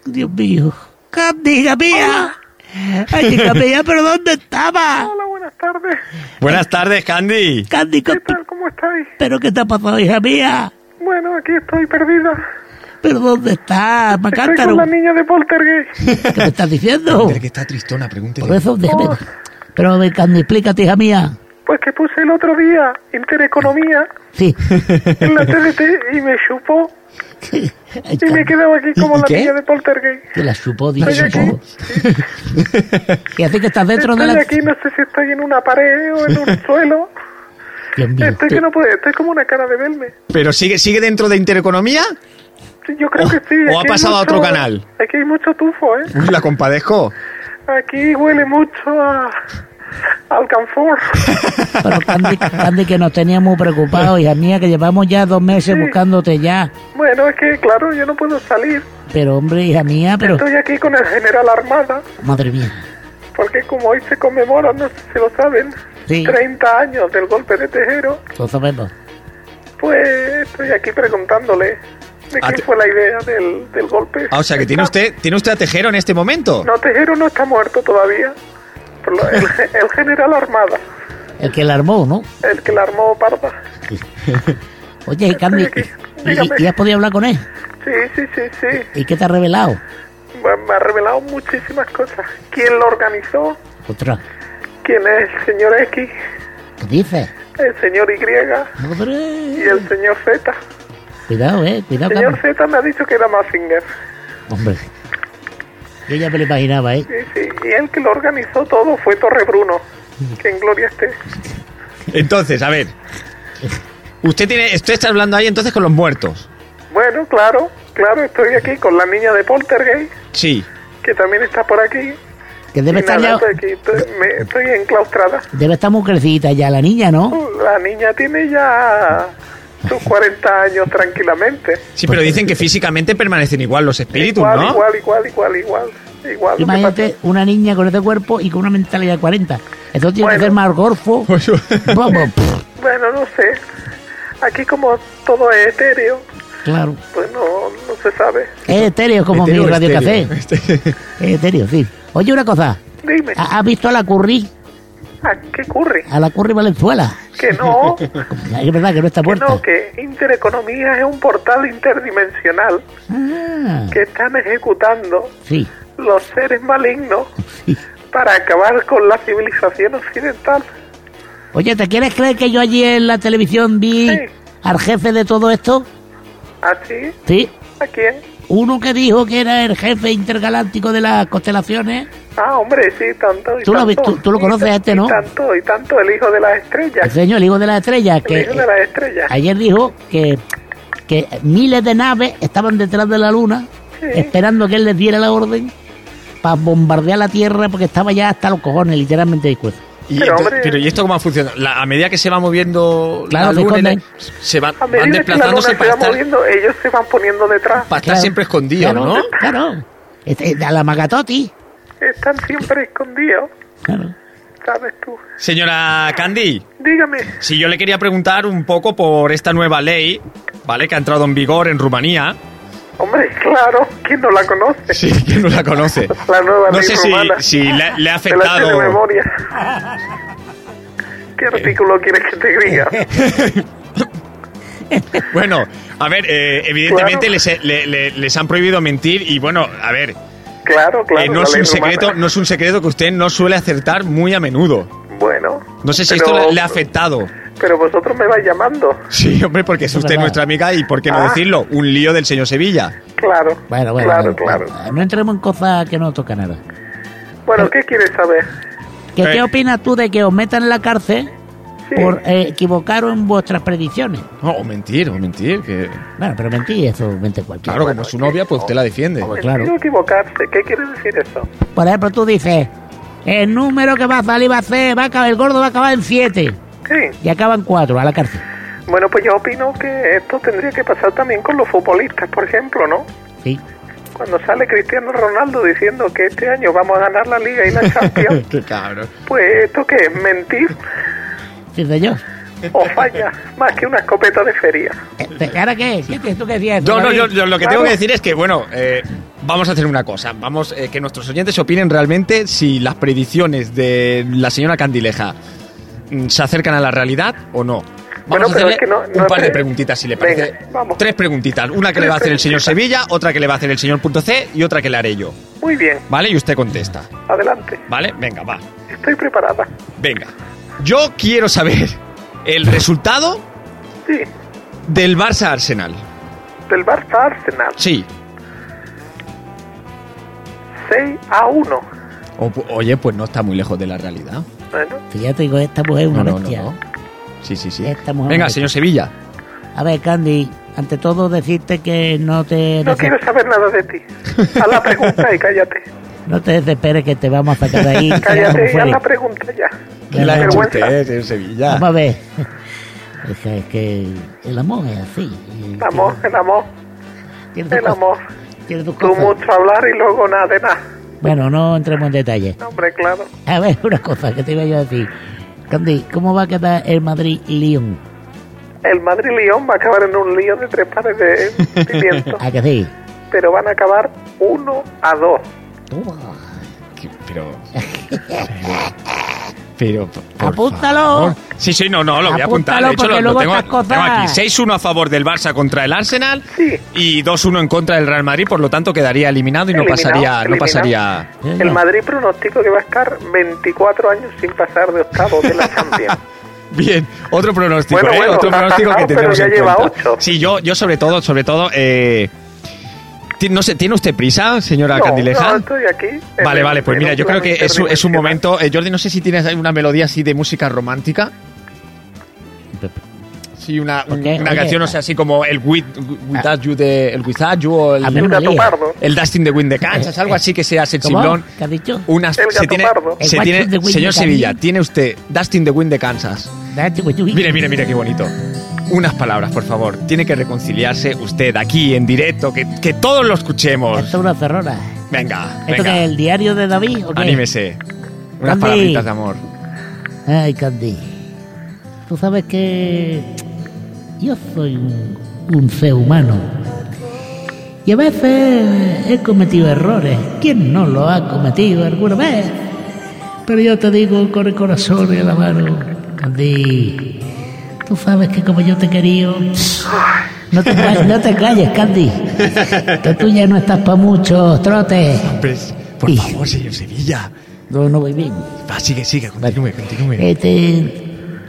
Dios mío. Candy, Gapía. Ay, [laughs] Gapía, pero ¿dónde estaba? Hola, buenas tardes. [laughs] Buenas tardes, Candy. Candy, ¿Qué ¿qué- tal? ¿Cómo estáis? ¿pero qué te ha pasado, hija mía? Bueno, aquí estoy perdida. ¿Pero dónde estás, Estoy con Macántaro? la niña de Poltergeist. ¿Qué me estás diciendo? Pero que está tristona, pregúntele. Por eso, déjame. Oh. Pero, a ver, Candy, explícate, hija mía. Pues que puse el otro día Intereconomía [laughs] Sí. en [laughs] la TDT y me chupó Ay, y me Candy, quedaba aquí como ¿Y la qué? niña de Poltergeist. que la supo, dice. Estoy aquí. [laughs] Y hace que estás dentro de Estoy la... aquí, no sé si estoy en una pared o en un suelo. Dios mío. Estoy que no puedo, estoy como una cara de verme. ¿Pero sigue, sigue dentro de Intereconomía? Sí, Yo creo O- que sí. Oh, o ha aquí hay pasado a otro mucho- canal. Aquí hay mucho tufo, [laughs] ¿eh? Uy, [laughs] la compadezco. Aquí huele mucho a... [laughs] Alcanfor. Pero Candy, Candy, que nos teníamos preocupados, hija mía, que llevamos ya dos meses Sí. buscándote ya. Bueno, es que claro, yo no puedo salir. Pero, hombre, hija mía, pero... Estoy aquí con el general Armada, Madre mía. porque como hoy se conmemora, no sé si lo saben, Sí. 30 años del golpe de Tejero, Lo sabemos. pues estoy aquí preguntándole de Ah, quién te- fue la idea del, del golpe. Ah, o sea, que tiene usted, tiene usted a Tejero en este momento. No, Tejero no está muerto todavía. Por [laughs] lo- El, el general Armada, El que la armó, ¿no? el que la armó Parda. Oye, Candy, aquí. ¿y, y- Dígame. y has podido hablar con él? Sí, sí, sí, sí. ¿Y qué te ha revelado? Bueno, me ha revelado muchísimas cosas. ¿Quién lo organizó? Ostras, ¿Quién es el señor X? ¿qué dices? El señor Y y Hombre. Mm. el señor Z. Cuidado, eh, cuidado, El señor Carlos. Z me ha dicho que era Mazinger. Hombre. Yo ya me lo imaginaba, ¿eh? Sí, sí, y el que lo organizó todo fue Torre Bruno. Que en gloria esté. Entonces, a ver. Usted tiene, usted está hablando ahí entonces con los muertos. Bueno, claro, claro, estoy aquí con la niña de Poltergeist, Sí. que también está por aquí. Que debe Y estar nada, ya... estoy, aquí, estoy, me- estoy enclaustrada. Debe estar muy crecida ya la niña, ¿no? La niña tiene ya sus 40 años tranquilamente. Sí, pero dicen que físicamente permanecen igual los espíritus, igual, ¿no? igual, igual, igual, igual, igual. lo que Imagínate pasa- una niña con este cuerpo y con una mentalidad de 40. Entonces tiene que Bueno. ser más gorfo. [laughs] Pues- Vamos, pff, Bueno, no sé. Aquí como todo es etéreo, claro. pues no, no se sabe. Es etéreo como [laughs] Estéreo, mi radio estéreo. café. Este- Es etéreo, sí. Oye, una cosa. Dime, ¿ha- ¿Has visto a la curry? ¿a qué ocurre? A la curry Valenzuela. [laughs] Que no, Es verdad que no está Que muerta. no, que Intereconomía es un portal interdimensional Ah, que están ejecutando sí. los [laughs] seres malignos sí. para acabar con la civilización occidental. Oye, ¿te quieres creer que yo allí en la televisión vi Sí. al jefe de todo esto? ¿Así? Sí. ¿A quién? Uno que dijo que era el jefe intergaláctico de las constelaciones. Ah, hombre, sí, tanto y Tú lo has tanto. visto- tú lo Y conoces ta- a este, y ¿no? tanto y tanto, el hijo de las estrellas. El señor, el hijo de las estrellas, El que hijo de las estrellas. ayer dijo que, que miles de naves estaban detrás de la luna Sí. esperando que él les diera la orden para bombardear la Tierra porque estaba ya hasta los cojones, literalmente dispuesto. y Pero, entonces- hombre. pero, ¿y esto cómo ha funcionado? La- a medida que se va moviendo Claro, la luna, se y esconden. la- se van, A van medida que la luna desplazándose se para va estar, moviendo, ellos se van poniendo detrás. para estar siempre escondidos, claro, ¿no? Claro, Este, a la Magatoti. Están siempre escondidos, Claro. ¿sabes tú? Señora Candy, Dígame, si yo le quería preguntar un poco por esta nueva ley, ¿vale? Que ha entrado en vigor en Rumanía. hombre, [laughs] claro, ¿quién no la conoce? Sí, [laughs] que no la conoce. [laughs] La nueva No ley sé si, romana. si le, le ha Te la sé de afectado. memoria. [laughs] ¿Qué artículo quieres que te [laughs] diga? Eh, Bueno, a ver, eh, evidentemente Claro. les, he- le- le- les han prohibido mentir y bueno, a ver, eh, Claro, claro. no la es ley un secreto, romana. no es un secreto que usted no suele acertar muy a menudo. Bueno. No sé si pero- esto le, le ha afectado. Pero vosotros me vais llamando. Sí, hombre, porque es Eso es usted verdad. nuestra amiga y por qué no Ah. decirlo, un lío del señor Sevilla. Claro. Bueno, bueno. Claro, bueno. claro. No entremos en cosas que no toca nada. Bueno, ¿qué quieres saber? ¿Que ¿Qué Eh. opinas tú de que os metan en la cárcel Sí. por eh, equivocaros en vuestras predicciones? No, o mentir, o mentir. Que, Bueno, pero mentí, eso mente cualquiera. claro, como es su novia, pues usted la [laughs] defiende. Pues Mentira claro. o equivocarse, ¿qué quiere decir eso? Por ejemplo, tú dices, el número que va a salir va a ser, va a acabar, el gordo va a acabar en 7. Sí. Y acaban 4 a la cárcel. Bueno, pues yo opino que esto tendría que pasar también con los futbolistas, por ejemplo, ¿no? Sí. Cuando sale Cristiano Ronaldo diciendo que este año vamos a ganar la Liga y la [laughs] Champions, Qué cabrón. pues esto que es mentir Sí, señor. o falla más que una escopeta de feria. Eh, ¿Ahora qué? es? ¿Qué- ¿Tú qué decías? Yo, no, David? yo, yo lo que Claro. tengo que decir es que, bueno, eh, vamos a hacer una cosa. Vamos, eh, que nuestros oyentes opinen realmente si las predicciones de la señora Candileja mm, se acercan a la realidad o no. Bueno, Vamos a pero hacerle es que no- no un par es- de preguntitas, si le Venga, parece. vamos. Tres preguntitas. Una que le va a hacer el señor Sevilla, otra que le va a hacer el señor punto C y otra que le haré yo. Muy bien, ¿Vale? Y usted contesta. adelante. ¿Vale? Venga, va. Estoy preparada. Venga. Yo quiero saber el resultado Sí, del Barça Arsenal. del Barça a Arsenal, Sí. 6 a 1. O- oye, pues no está muy lejos de la realidad. Bueno, Fíjate que esta mujer es una No, no, bestia. no, no. Sí, sí, sí. Esta mujer Venga, es una señor Sevilla. bestia. A ver, Candy, ante todo decirte que no te, no dece- quiero saber nada de ti. Haz la pregunta [laughs] y cállate. no te desesperes que te vamos a sacar de ahí. sea como [laughs] Cállate y haz fuere. la pregunta ya. ¿Qué le ha hecho vergüenza. usted, eh. señor Sevilla? Vamos a ver. Es que, es que el amor es así. Y El amor, el amor, tiene sus el cosas- amor. tiene sus Tú cosas. mucho hablar y luego nada de nada. Bueno, no entremos en detalle. No, Hombre, claro. A ver, una cosa que te iba yo a decir. Candy, ¿cómo va a quedar el Madrid-Lyon? El Madrid-León va a acabar en un lío de tres [laughs] pares de pimientos, ¿A que sí? pero van a acabar 1 a 2. Que- Pero... [laughs] Pero... por Apúntalo. favor. Sí, sí, no, no, lo voy a apuntar. Apúntalo, De hecho, porque lo, lo luego tengo, estas cosas- tengo aquí. 6-1 a favor del Barça contra el Arsenal Sí. y 2-1 en contra del Real Madrid, por lo tanto quedaría eliminado y no Eliminado, pasaría... No eliminado. pasaría... El Madrid pronostico que va a estar 24 años sin pasar de octavo de la [laughs] Champions. [laughs] Bien, otro pronóstico, Bueno, ¿eh? bueno, otro ja, ja, pronóstico ja, que [laughs] pero tenemos ya en lleva cuenta. ocho. Sí, yo, yo sobre todo, sobre todo, eh, ti- no sé, ¿tiene usted prisa, señora no, Candileja? no, estoy aquí. Vale, En- vale, pues en mira, un yo creo que plan es, un- es un interdimensional. momento. eh, Jordi, no sé si tienes ahí una melodía así de música romántica. Sí, una, un- Ok, una oye. canción, o sea, así como el With, Without You de el Without You o el, A mí no El me gato líes. pardo. el Dusting the Wind de Kansas, Eh, algo eh. así que sea ¿Cómo? sensiblón. ¿Qué has dicho? Unas, El se gato tiene, pardo. se El tiene- Without the Wind señor de Kansas. Sevilla, tiene usted Dusting the Wind de Kansas. pues, Mire, mire, mire qué bonito. Unas palabras, por favor. Tiene que reconciliarse usted aquí en directo, que, que todos lo escuchemos. Esto es una cerrona. Venga, venga. ¿Esto que es el diario de David? ¿o qué? Anímese. Unas Candy. palabritas de amor. Ay, Candy. Tú sabes que yo soy un, un ser humano. Y a veces he cometido errores. ¿Quién no lo ha cometido alguna vez? Pero yo te digo con el corazón y la mano, Candy. Tú sabes que como yo te quería... No te, call- no te calles, Candy. Que tú ya no estás para muchos trotes. Pues, por Y- favor, señor Sevilla. No, no voy bien. Va, sigue, sigue, continúe, Eh. continúe. Este,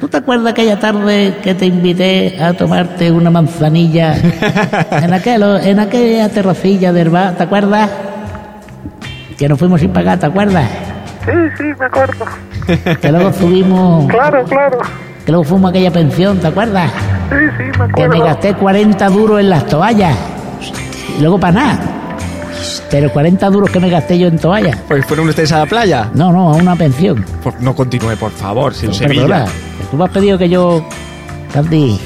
¿Tú te acuerdas aquella tarde que te invité a tomarte una manzanilla en, aquel, en aquella terracilla del bar? ¿Te acuerdas? Que nos fuimos sin pagar, ¿te acuerdas? Sí, sí, me acuerdo. Que luego subimos, Claro, claro. que luego fuimos a aquella pensión, ¿te acuerdas? Sí, sí, me Que me acuerdo. gasté 40 duros en las toallas. Y luego para nada. Pero 40 duros que me gasté yo en toallas. Pues fueron ustedes a la playa. No, no, a una pensión. Por- no continúe, por favor, señor Sevilla. Perdona, tú me has pedido que yo... [laughs] Candy.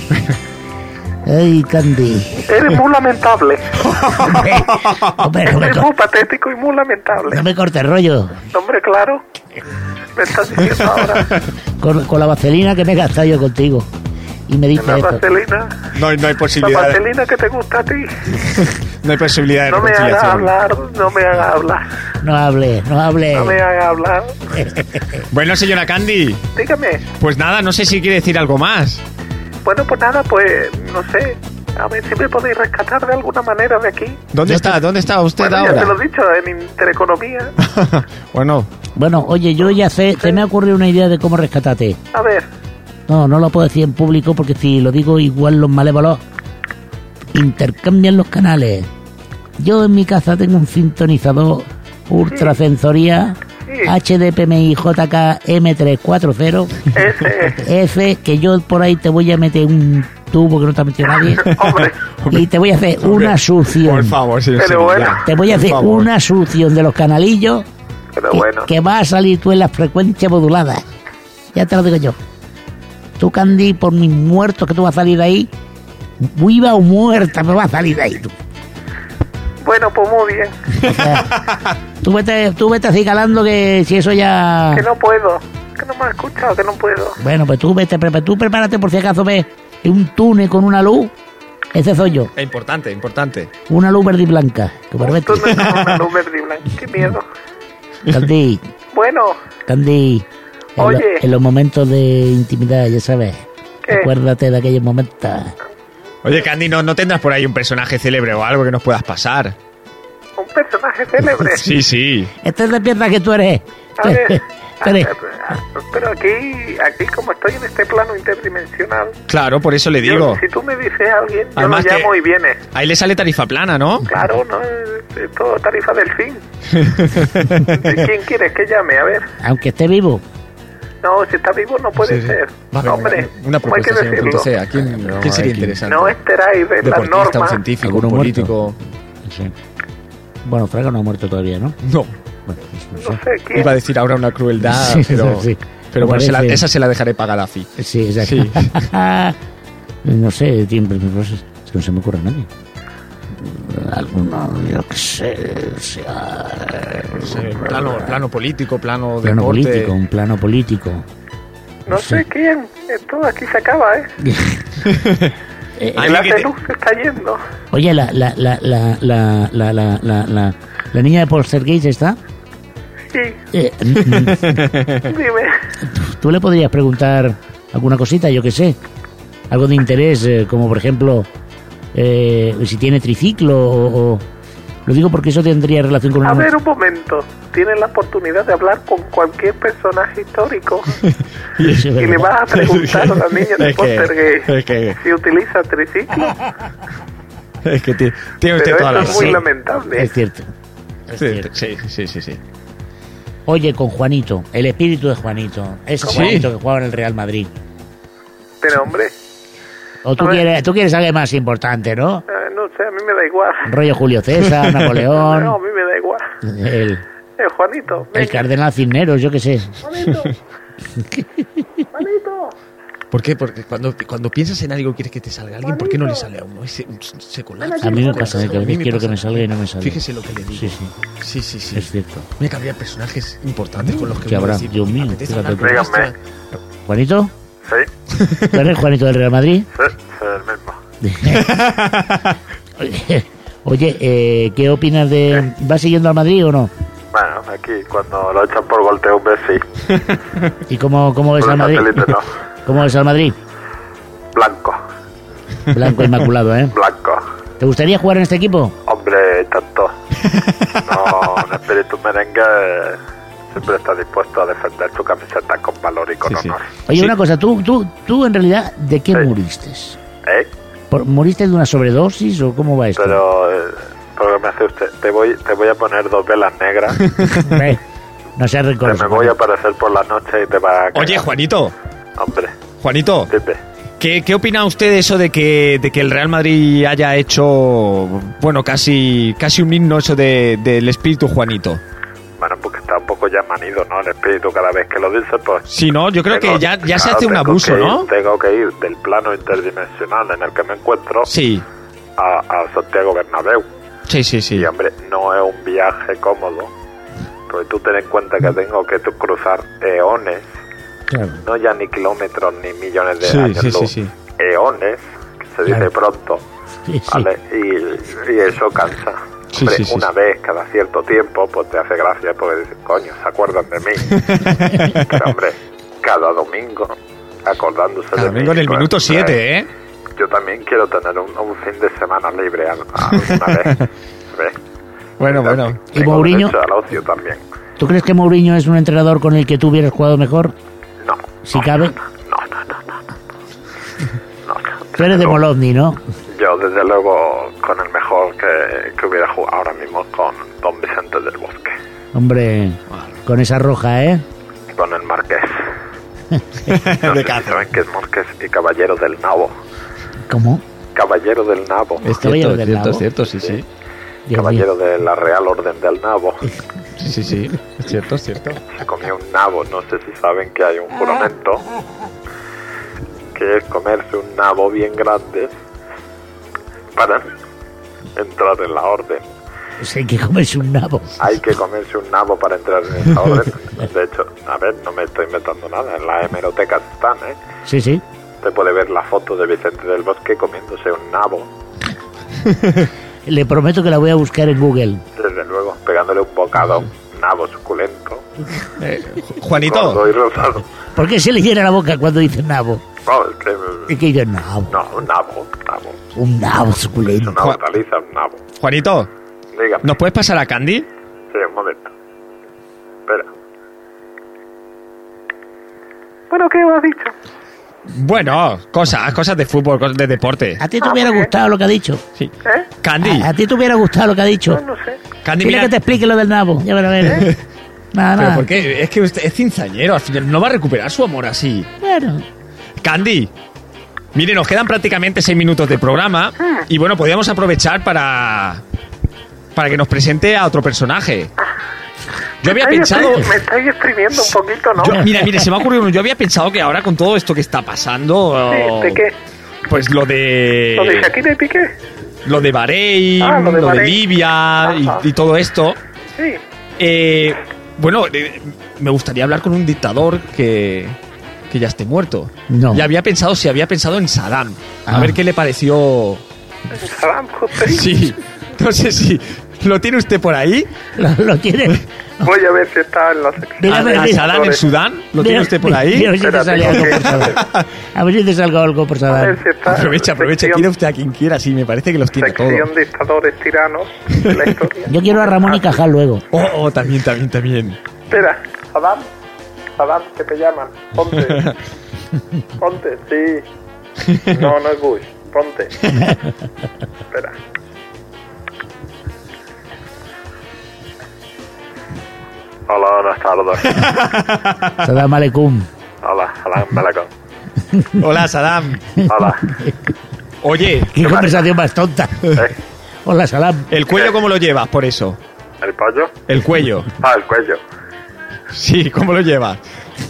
Ay, Candy. Eres muy lamentable. [laughs] Hombre, hombre, no, me, Eres co- [laughs] muy patético y muy lamentable. no me cortes rollo. Hombre, claro. Me estás diciendo [laughs] ahora. Con, con la vaselina que me he gastado yo contigo. Y me dice La esto. vaselina. [laughs] No, hay- no hay La posibilidad. de- vaselina que te gusta a ti. No hay posibilidad de No me hagas reconciliación. hablar, no me hagas hablar. No hable, no hable. No me hagas hablar. Bueno, señora Candy, Dígame. pues nada, no sé si quiere decir algo más. Bueno, pues nada, pues no sé. A ver si me podéis rescatar de alguna manera de aquí. ¿Dónde está? ¿Dónde está usted Bueno, ya te lo ahora? he dicho, en Intereconomía. [laughs] bueno, Bueno, oye, yo ya sé, se me ha ocurrido una idea de cómo rescatarte. A ver, No, no lo puedo decir en público porque si lo digo igual los malévolos intercambian los canales. Yo en mi casa tengo un sintonizador ultrasensoría sí, HDPMI JKM340 [laughs] Ese. F, que yo por ahí te voy a meter un tubo que no te ha [laughs] metido nadie [laughs] Hombre, y te voy a hacer una succión. Por favor, señor. Pero Sevilla. bueno. Te voy a Por hacer favor. una succión de los canalillos pero que, bueno. que va a salir tú en las frecuencias moduladas. Ya te lo digo yo. Tú, Candy, por mis muertos que tú vas a salir de ahí, viva o muerta, pero vas a salir de ahí tú. Bueno, pues muy bien. O sea, [laughs] tú, vete, tú vete así calando que si eso ya... Que no puedo. Que no me has escuchado, que no puedo. Bueno, pues tú vete, prepa- tú prepárate por si acaso ves un túnel con una luz. Ese soy yo, Es importante, importante. una luz verde y blanca. Que perfecto. Tú no eres una luz verde y blanca. Qué miedo. [laughs] Candy, Bueno, Candy, en, Oye. lo- en los momentos de intimidad, ya sabes, ¿Qué? acuérdate de aquellos momentos. Oye, Candy, ¿no, ¿no tendrás por ahí un personaje célebre o algo que nos puedas pasar? un personaje célebre. [laughs] Sí, sí. Este es de pierna que tú eres. A ver, [laughs] Ah, Tú eres- a- a- pero aquí, aquí como estoy en este plano interdimensional, Claro, por eso le yo- digo. si tú me dices a alguien, yo Además lo que- llamo y viene. Ahí le sale tarifa plana, ¿no? Claro, no, es, es Eh, todo tarifa del fin. ¿Quién quieres que llame? A ver. Aunque esté vivo. No, si está vivo no puede Sí, sí. ser. Vale, Hombre, Una no hay que propuesta, señor decirlo. Contesea. ¿Quién, No, quién sería aquí. interesante? No esperáis de las Deportista, un normas. científico, ¿Alguno un muerto? político. No sé. Bueno, Fraga no ha muerto todavía, ¿no? No, Bueno, pues no No sé. sé quién. iba a decir ahora una crueldad, Sí, Ah, pero, sí. pero bueno, se la- Parece- esa se la dejaré pagar a Gaddafi. Sí, exacto. [laughs] no sé, tiempo, no sé, es que no se me ocurre a nadie. Alguno, yo qué sé, o sea, plano, plano político, plano, deporte. plano político, un plano político. No sé quién. Esto aquí se acaba, ¿eh? Eh, Ay, El que te- haz luz se está yendo. eh. oye, la, la, la, la, la, la, la, la, la, la niña de Polster Gates está. Sí, Eh, mm, mm, dime. Tú le podrías preguntar alguna cosita, yo qué sé, algo de interés, eh, como por ejemplo, eh, si tiene triciclo o, o- Lo digo porque eso tendría relación con A una- ver, un momento. Tienes la oportunidad de hablar con cualquier personaje histórico [laughs] Sí, es y le verdad. vas a preguntar a la niña de Es que- Potter es que- si utiliza triciclo. Es que tiene, tiene usted Pero toda la esto es muy razón. lamentable. Es cierto. Es Sí, cierto. sí, sí, sí, sí. Oye, con Juanito, el espíritu de Juanito. Ese Sí. Juanito que jugaba en el Real Madrid. Pero hombre, eh, O tú A ver. quieres, tú quieres algo más importante, ¿no? eh, no sé, a mí me da igual. Rollo Julio [laughs] César, No, a Napoleón, mí me da igual. el, Eh, Juanito, el venga. Cardenal Cisneros, yo qué sé. Juanito. Juanito. ¿Por qué? Porque cuando, cuando piensas en algo quieres que te salga alguien, ¿por qué no le sale a uno? Ese- se colapsa. A mí me Se pasa, ¿eh? que a colapsa. veces mí quiero que pasa. me salga y no me sale. Fíjese lo que le digo. Sí, sí, Sí, sí, sí. es cierto. Mira que habría personajes importantes con los que Que uno habrá, decir, Dios me mío, apetece fíjate tú. hablar con esta- ¿Juanito? Sí, [laughs] ¿Tú eres Juanito del Real Madrid? sí, el mismo. Oye, [laughs] eh, ¿qué opinas de... ¿Vas siguiendo al Madrid o no? Bueno, aquí cuando lo echan por golpeo, pues sí. ¿Y cómo, cómo ves Por al el Madrid? satélite no. [laughs] ¿Cómo ves al Madrid? Blanco, Blanco inmaculado, ¿eh? blanco. ¿Te gustaría jugar en este equipo? Hombre, tanto. No, un espíritu merengue eh, siempre está dispuesto a defender su camiseta con valor y con Sí, sí. honor. Oye, Sí. una cosa, ¿tú, tú, tú en realidad, ¿de qué Sí. muriste? ¿Eh? ¿Por- ¿Muriste de una sobredosis o cómo va esto? Pero, eh, ¿por qué me hace usted? Te voy, te voy a poner dos velas negras, [laughs] te Eh, no seas me rencoroso. voy a aparecer por la noche y te va a... cagar. Oye, Juanito, Hombre, Juanito, dime. ¿qué, qué opina usted de eso de que, de que el Real Madrid haya hecho, bueno, casi, casi un himno eso de- del espíritu Juanito? Bueno, porque está un poco ya manido, ¿no? El espíritu cada vez que lo dice, pues... Sí, ¿no? Yo creo tengo- que ya, ya se claro, hace un tengo abuso, que ir- ¿no? Tengo que ir del plano interdimensional en el que me encuentro Sí, a, a Santiago Bernabéu. sí, sí, sí. Y hombre, no es un viaje cómodo, porque tú ten en cuenta que tengo que tú cruzar eones, Claro. no ya ni kilómetros ni millones de Sí, años sí, sí, luz, sí. eones, que se dice Claro. pronto, Sí, sí. ¿vale? Y, y eso cansa. Sí, Hombre, sí, sí, una vez cada cierto tiempo, pues te hace gracia porque dices, coño, se acuerdan de mí. [laughs] Pero hombre, cada domingo, acordándose Cada de mí. domingo en el pues, minuto pues, 7, ¿eh? Yo también quiero tener un, un fin de semana libre al- alguna [laughs] vez. ¿Ves? Bueno, bueno. ¿Y Tengo Mourinho? derecho al ocio también. ¿Tú crees que Mourinho es un entrenador con el que tú hubieras jugado mejor? No. Si no, cabe. No, no, no, no. no. No, no. Tú eres de Molovni, [laughs] ¿no? Yo, desde luego, con el mejor que, que hubiera jugado ahora mismo con Don Vicente del Bosque. Hombre, con esa roja, ¿eh? Con [laughs] el Marqués. No sé de si caza. saben que es Marqués y Caballero del Nabo. ¿Cómo? Caballero del Nabo. Es Caballero cierto, del es cierto, Nabo. es cierto, sí, sí. Dios mío. Caballero de la Real Orden del Nabo. Sí, sí, sí. Es cierto, es cierto. Se comió un nabo. No sé si saben que hay un juramento que es comerse un nabo bien grande para entrar en la orden. O sea, Pues que comes un nabo. Hay que comerse un nabo para entrar en esa orden. De hecho, a ver, no me estoy inventando nada. En la hemeroteca están, ¿eh? Sí, sí. Usted puede ver la foto de Vicente del Bosque comiéndose un nabo, Le prometo que la voy a buscar en Google. desde luego, pegándole un bocado a un nabo suculento, Juanito, gordo [laughs] y rosado. ¿Por qué se le llena la boca cuando dice nabo? No, es que- Es que yo nabo. no, un nabo, un nabo. Un nabo Es suculento. una hortaliza, un nabo. Juanito, Dígame. ¿nos puedes pasar a Candy? Sí, un momento. Espera. Bueno, cosas, cosas de fútbol, cosas de deporte. ¿A ti te hubiera gustado lo que ha dicho? Candy, ¿A, a ti te hubiera gustado lo que ha dicho? Candy, Dile mira. ¿Eh? que te explique lo del nabo. Ya van a ver. Nada, ¿Pero nada. por qué? Es que usted es cinzañero, al final no va a recuperar su amor así. Bueno. Candy. Mire, nos quedan prácticamente seis minutos de programa Ah. y bueno, podríamos aprovechar para para que nos presente a otro personaje. Yo había pensado, Me estáis exprimiendo un poquito, ¿no? yo- mira, mire, se me ha ocurrido uno. Yo había pensado que ahora con todo esto que está pasando, Sí, ¿De qué? pues lo de ¿Lo de Shakira y Piqué? lo de Bahrein, Ah, lo lo de, de Bahrein. Libia y- Ajá. y todo esto. Sí. Eh, bueno, eh, me gustaría hablar con un dictador que, que ya esté muerto. No. Y había pensado, si había pensado en Saddam. A Ah. ver qué le [laughs] pareció. Saddam Hussein. Sí. No sé si. ¿Lo tiene usted por ahí? Lo, lo tiene. Voy a ver si está en la sección. ¿A, Mira, a mira. Saddam en Sudán? ¿Lo tiene Mira, usted por ahí? mira, a ver si te Espérate, sale algo ¿qué? por Sadar. A ver si te salga algo por A Sadar. ver si está en Aprovecha, la aprovecha. sección- Quiere usted a quien quiera, sí, me parece que los tiene todos. Sección dictadores tiranos de la historia. [laughs] Ah, Yo quiero a Ramón y Cajal luego. Oh, oh, también, también, también. Espera, Saddam. Saddam, que te llaman. [laughs] Ponte. Ponte, sí. No, no es Bush. Ponte. Espera. Hola, buenas [laughs] tardes. Sadam Alecum. Hola, Saddam Malacón. Hola, Saddam. Hola. [laughs] Oye, Qué conversación más [laughs] tonta. Hola, Salam. ¿el cuello cómo lo llevas por eso? ¿El pollo? El cuello. Ah, [laughs] el cuello. Sí, ¿cómo lo llevas?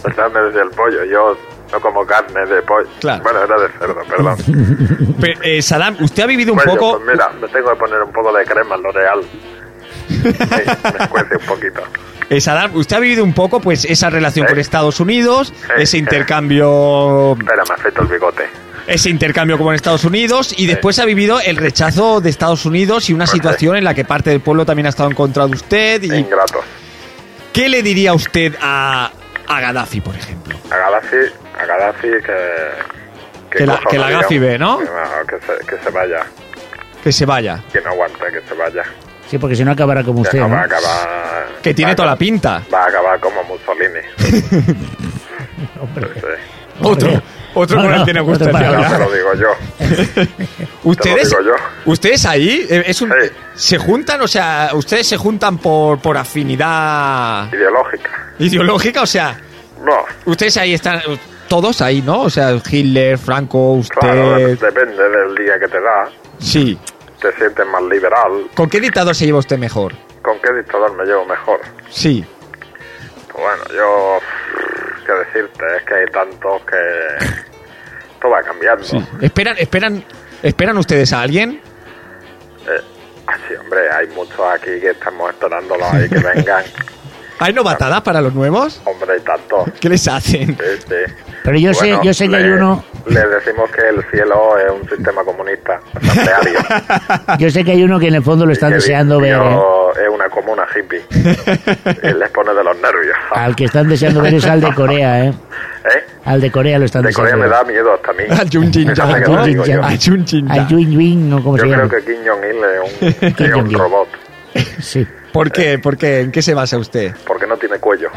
O sea, me decía el pollo. Yo no como carne de pollo. Claro. Bueno, era de cerdo, [laughs] perdón. Pero, eh, Saddam, usted ha vivido un Cuello, poco. pues mira, me tengo que poner un poco de crema L'Oreal. Sí, me cuece un poquito. [laughs] Eh, Saddam, usted ha vivido un poco pues esa relación Sí. con Estados Unidos, Sí, ese sí. intercambio, Espera, me afeito el bigote. ese intercambio con Estados Unidos y después ha vivido el rechazo de Estados Unidos y una Pues sí. situación en la que parte del pueblo también ha estado en contra de usted. Y, Ingrato. ¿Qué le diría usted a, a Gaddafi, por ejemplo? A Gaddafi, a Gaddafi que... Que la- coja que un la avión. Gaddafi ve, ¿no? Que se, que se vaya. Que se vaya, Que no aguanta, que se vaya. Sí, porque si no acabará como Que usted, no va a ¿no? acabar... que tiene va a toda la acabar- pinta. Va a acabar [laughs] como Mussolini. Hombre. Sí. Otro, otro No, con el no, que nos no te gustaría pases. No, hablar. te lo digo yo. ¿Ustedes, digo yo. ¿Ustedes ahí? eh, Es un, Sí. ¿Se juntan? O sea, ¿ustedes se juntan por, por afinidad Ideológica. ideológica? O sea, No, Ustedes ahí están, todos ahí, ¿no? O sea, Hitler, Franco, Claro, de- usted. depende del día que te da. Sí. Te sientes más liberal. ¿Con qué dictador se lleva usted mejor? ¿Con qué dictador me llevo mejor? Sí. Pues bueno, yo. ¿Qué decirte? Es que hay tantos que. Todo va cambiando. sí. ¿Esperan, esperan, ¿Esperan ustedes a alguien? Eh, ah, sí, hombre, hay muchos aquí que estamos esperándolos ahí que [laughs] vengan. ¿Hay novatadas para los nuevos? hombre, hay tantos. ¿Qué les hacen? Sí, sí. Pero yo sé, Bueno, yo sé que hay le- uno, Le decimos que el cielo es un sistema comunista, [laughs] asambleario. yo sé que hay uno que en el fondo lo están Y el deseando ver, ¿eh? infierno Es una comuna [laughs] hippie. y les pone de los nervios. ¿eh? Al que están deseando ver es al de Corea, ¿eh? ¿Eh? Al de Corea lo están De Corea deseando me ver. da miedo hasta a [laughs] mí. Al Jun Jin Esa Jang, es la que ¿no? te digo yo. Ah, Al Jun Jin Al Yang. Yun Yun, ¿no? ¿Cómo Yo se creo llama? que Kim Jong-il es un, pues [laughs] Kim es un Jong-il. robot, Sí. ¿Por qué? ¿Por qué? ¿En qué se basa usted? porque no tiene cuello.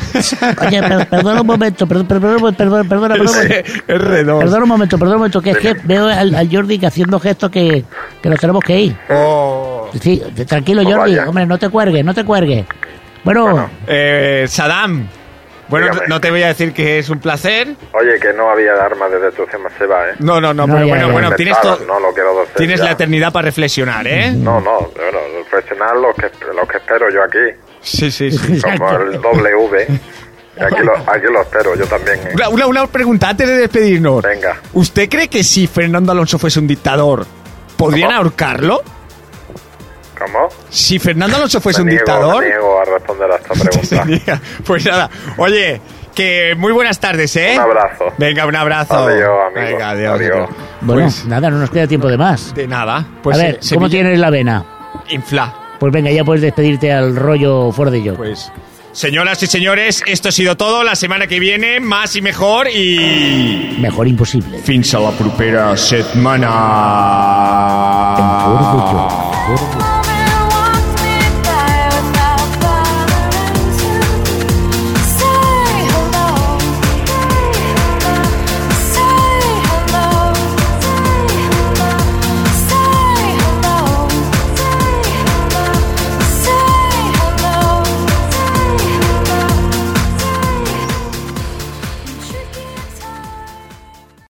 Oye, per- perdona un momento, perdón, perdón, perdón, perdona, Es, perdón. es redondo. Perdona un momento, perdón un momento, que es que veo al, al Jordi que haciendo gestos que, que nos tenemos que ir. Oh. Sí, tranquilo, No Jordi, Oh, vaya. hombre, no te cuergues, no te cuergues. Bueno, Bueno. Eh, Saddam, bueno, Dígame. no te voy a decir que es un placer. Oye, que no había arma desde tu semana se va, ¿eh? No, no, no, No, pero ya, bueno, ya. bueno, tienes, to- Inventadas, No lo quiero decir tienes ya. la eternidad para reflexionar, ¿eh? No, no, bueno, reflexionar lo que, lo que espero yo aquí. Sí, sí, [laughs] sí. Como el W. Y aquí lo, aquí lo espero yo también. ¿eh? Una, una- una pregunta antes de despedirnos. Venga. ¿Usted cree que si Fernando Alonso fuese un dictador, podrían ¿Cómo? ahorcarlo? ¿Cómo? Si Fernando Alonso fuese Me Pues un niego- dictador. me niego a responder a esta [laughs] pregunta. Pues nada, oye, que muy buenas tardes, ¿eh? Un abrazo. Venga, un abrazo. Adiós, amigo. Venga, adiós. Adiós. adiós. bueno, Pues, nada, no nos queda tiempo de más. de nada. Pues a ver, se- ¿cómo Sevilla- tienes la vena? Infla. Pues venga, ya puedes despedirte al rollo fuera de yo. Pues. Señoras y señores, esto ha sido todo. La semana que viene, más y mejor y... Mejor imposible. Fins a la propera setmana. En Fuera de Yo, fuera de yo.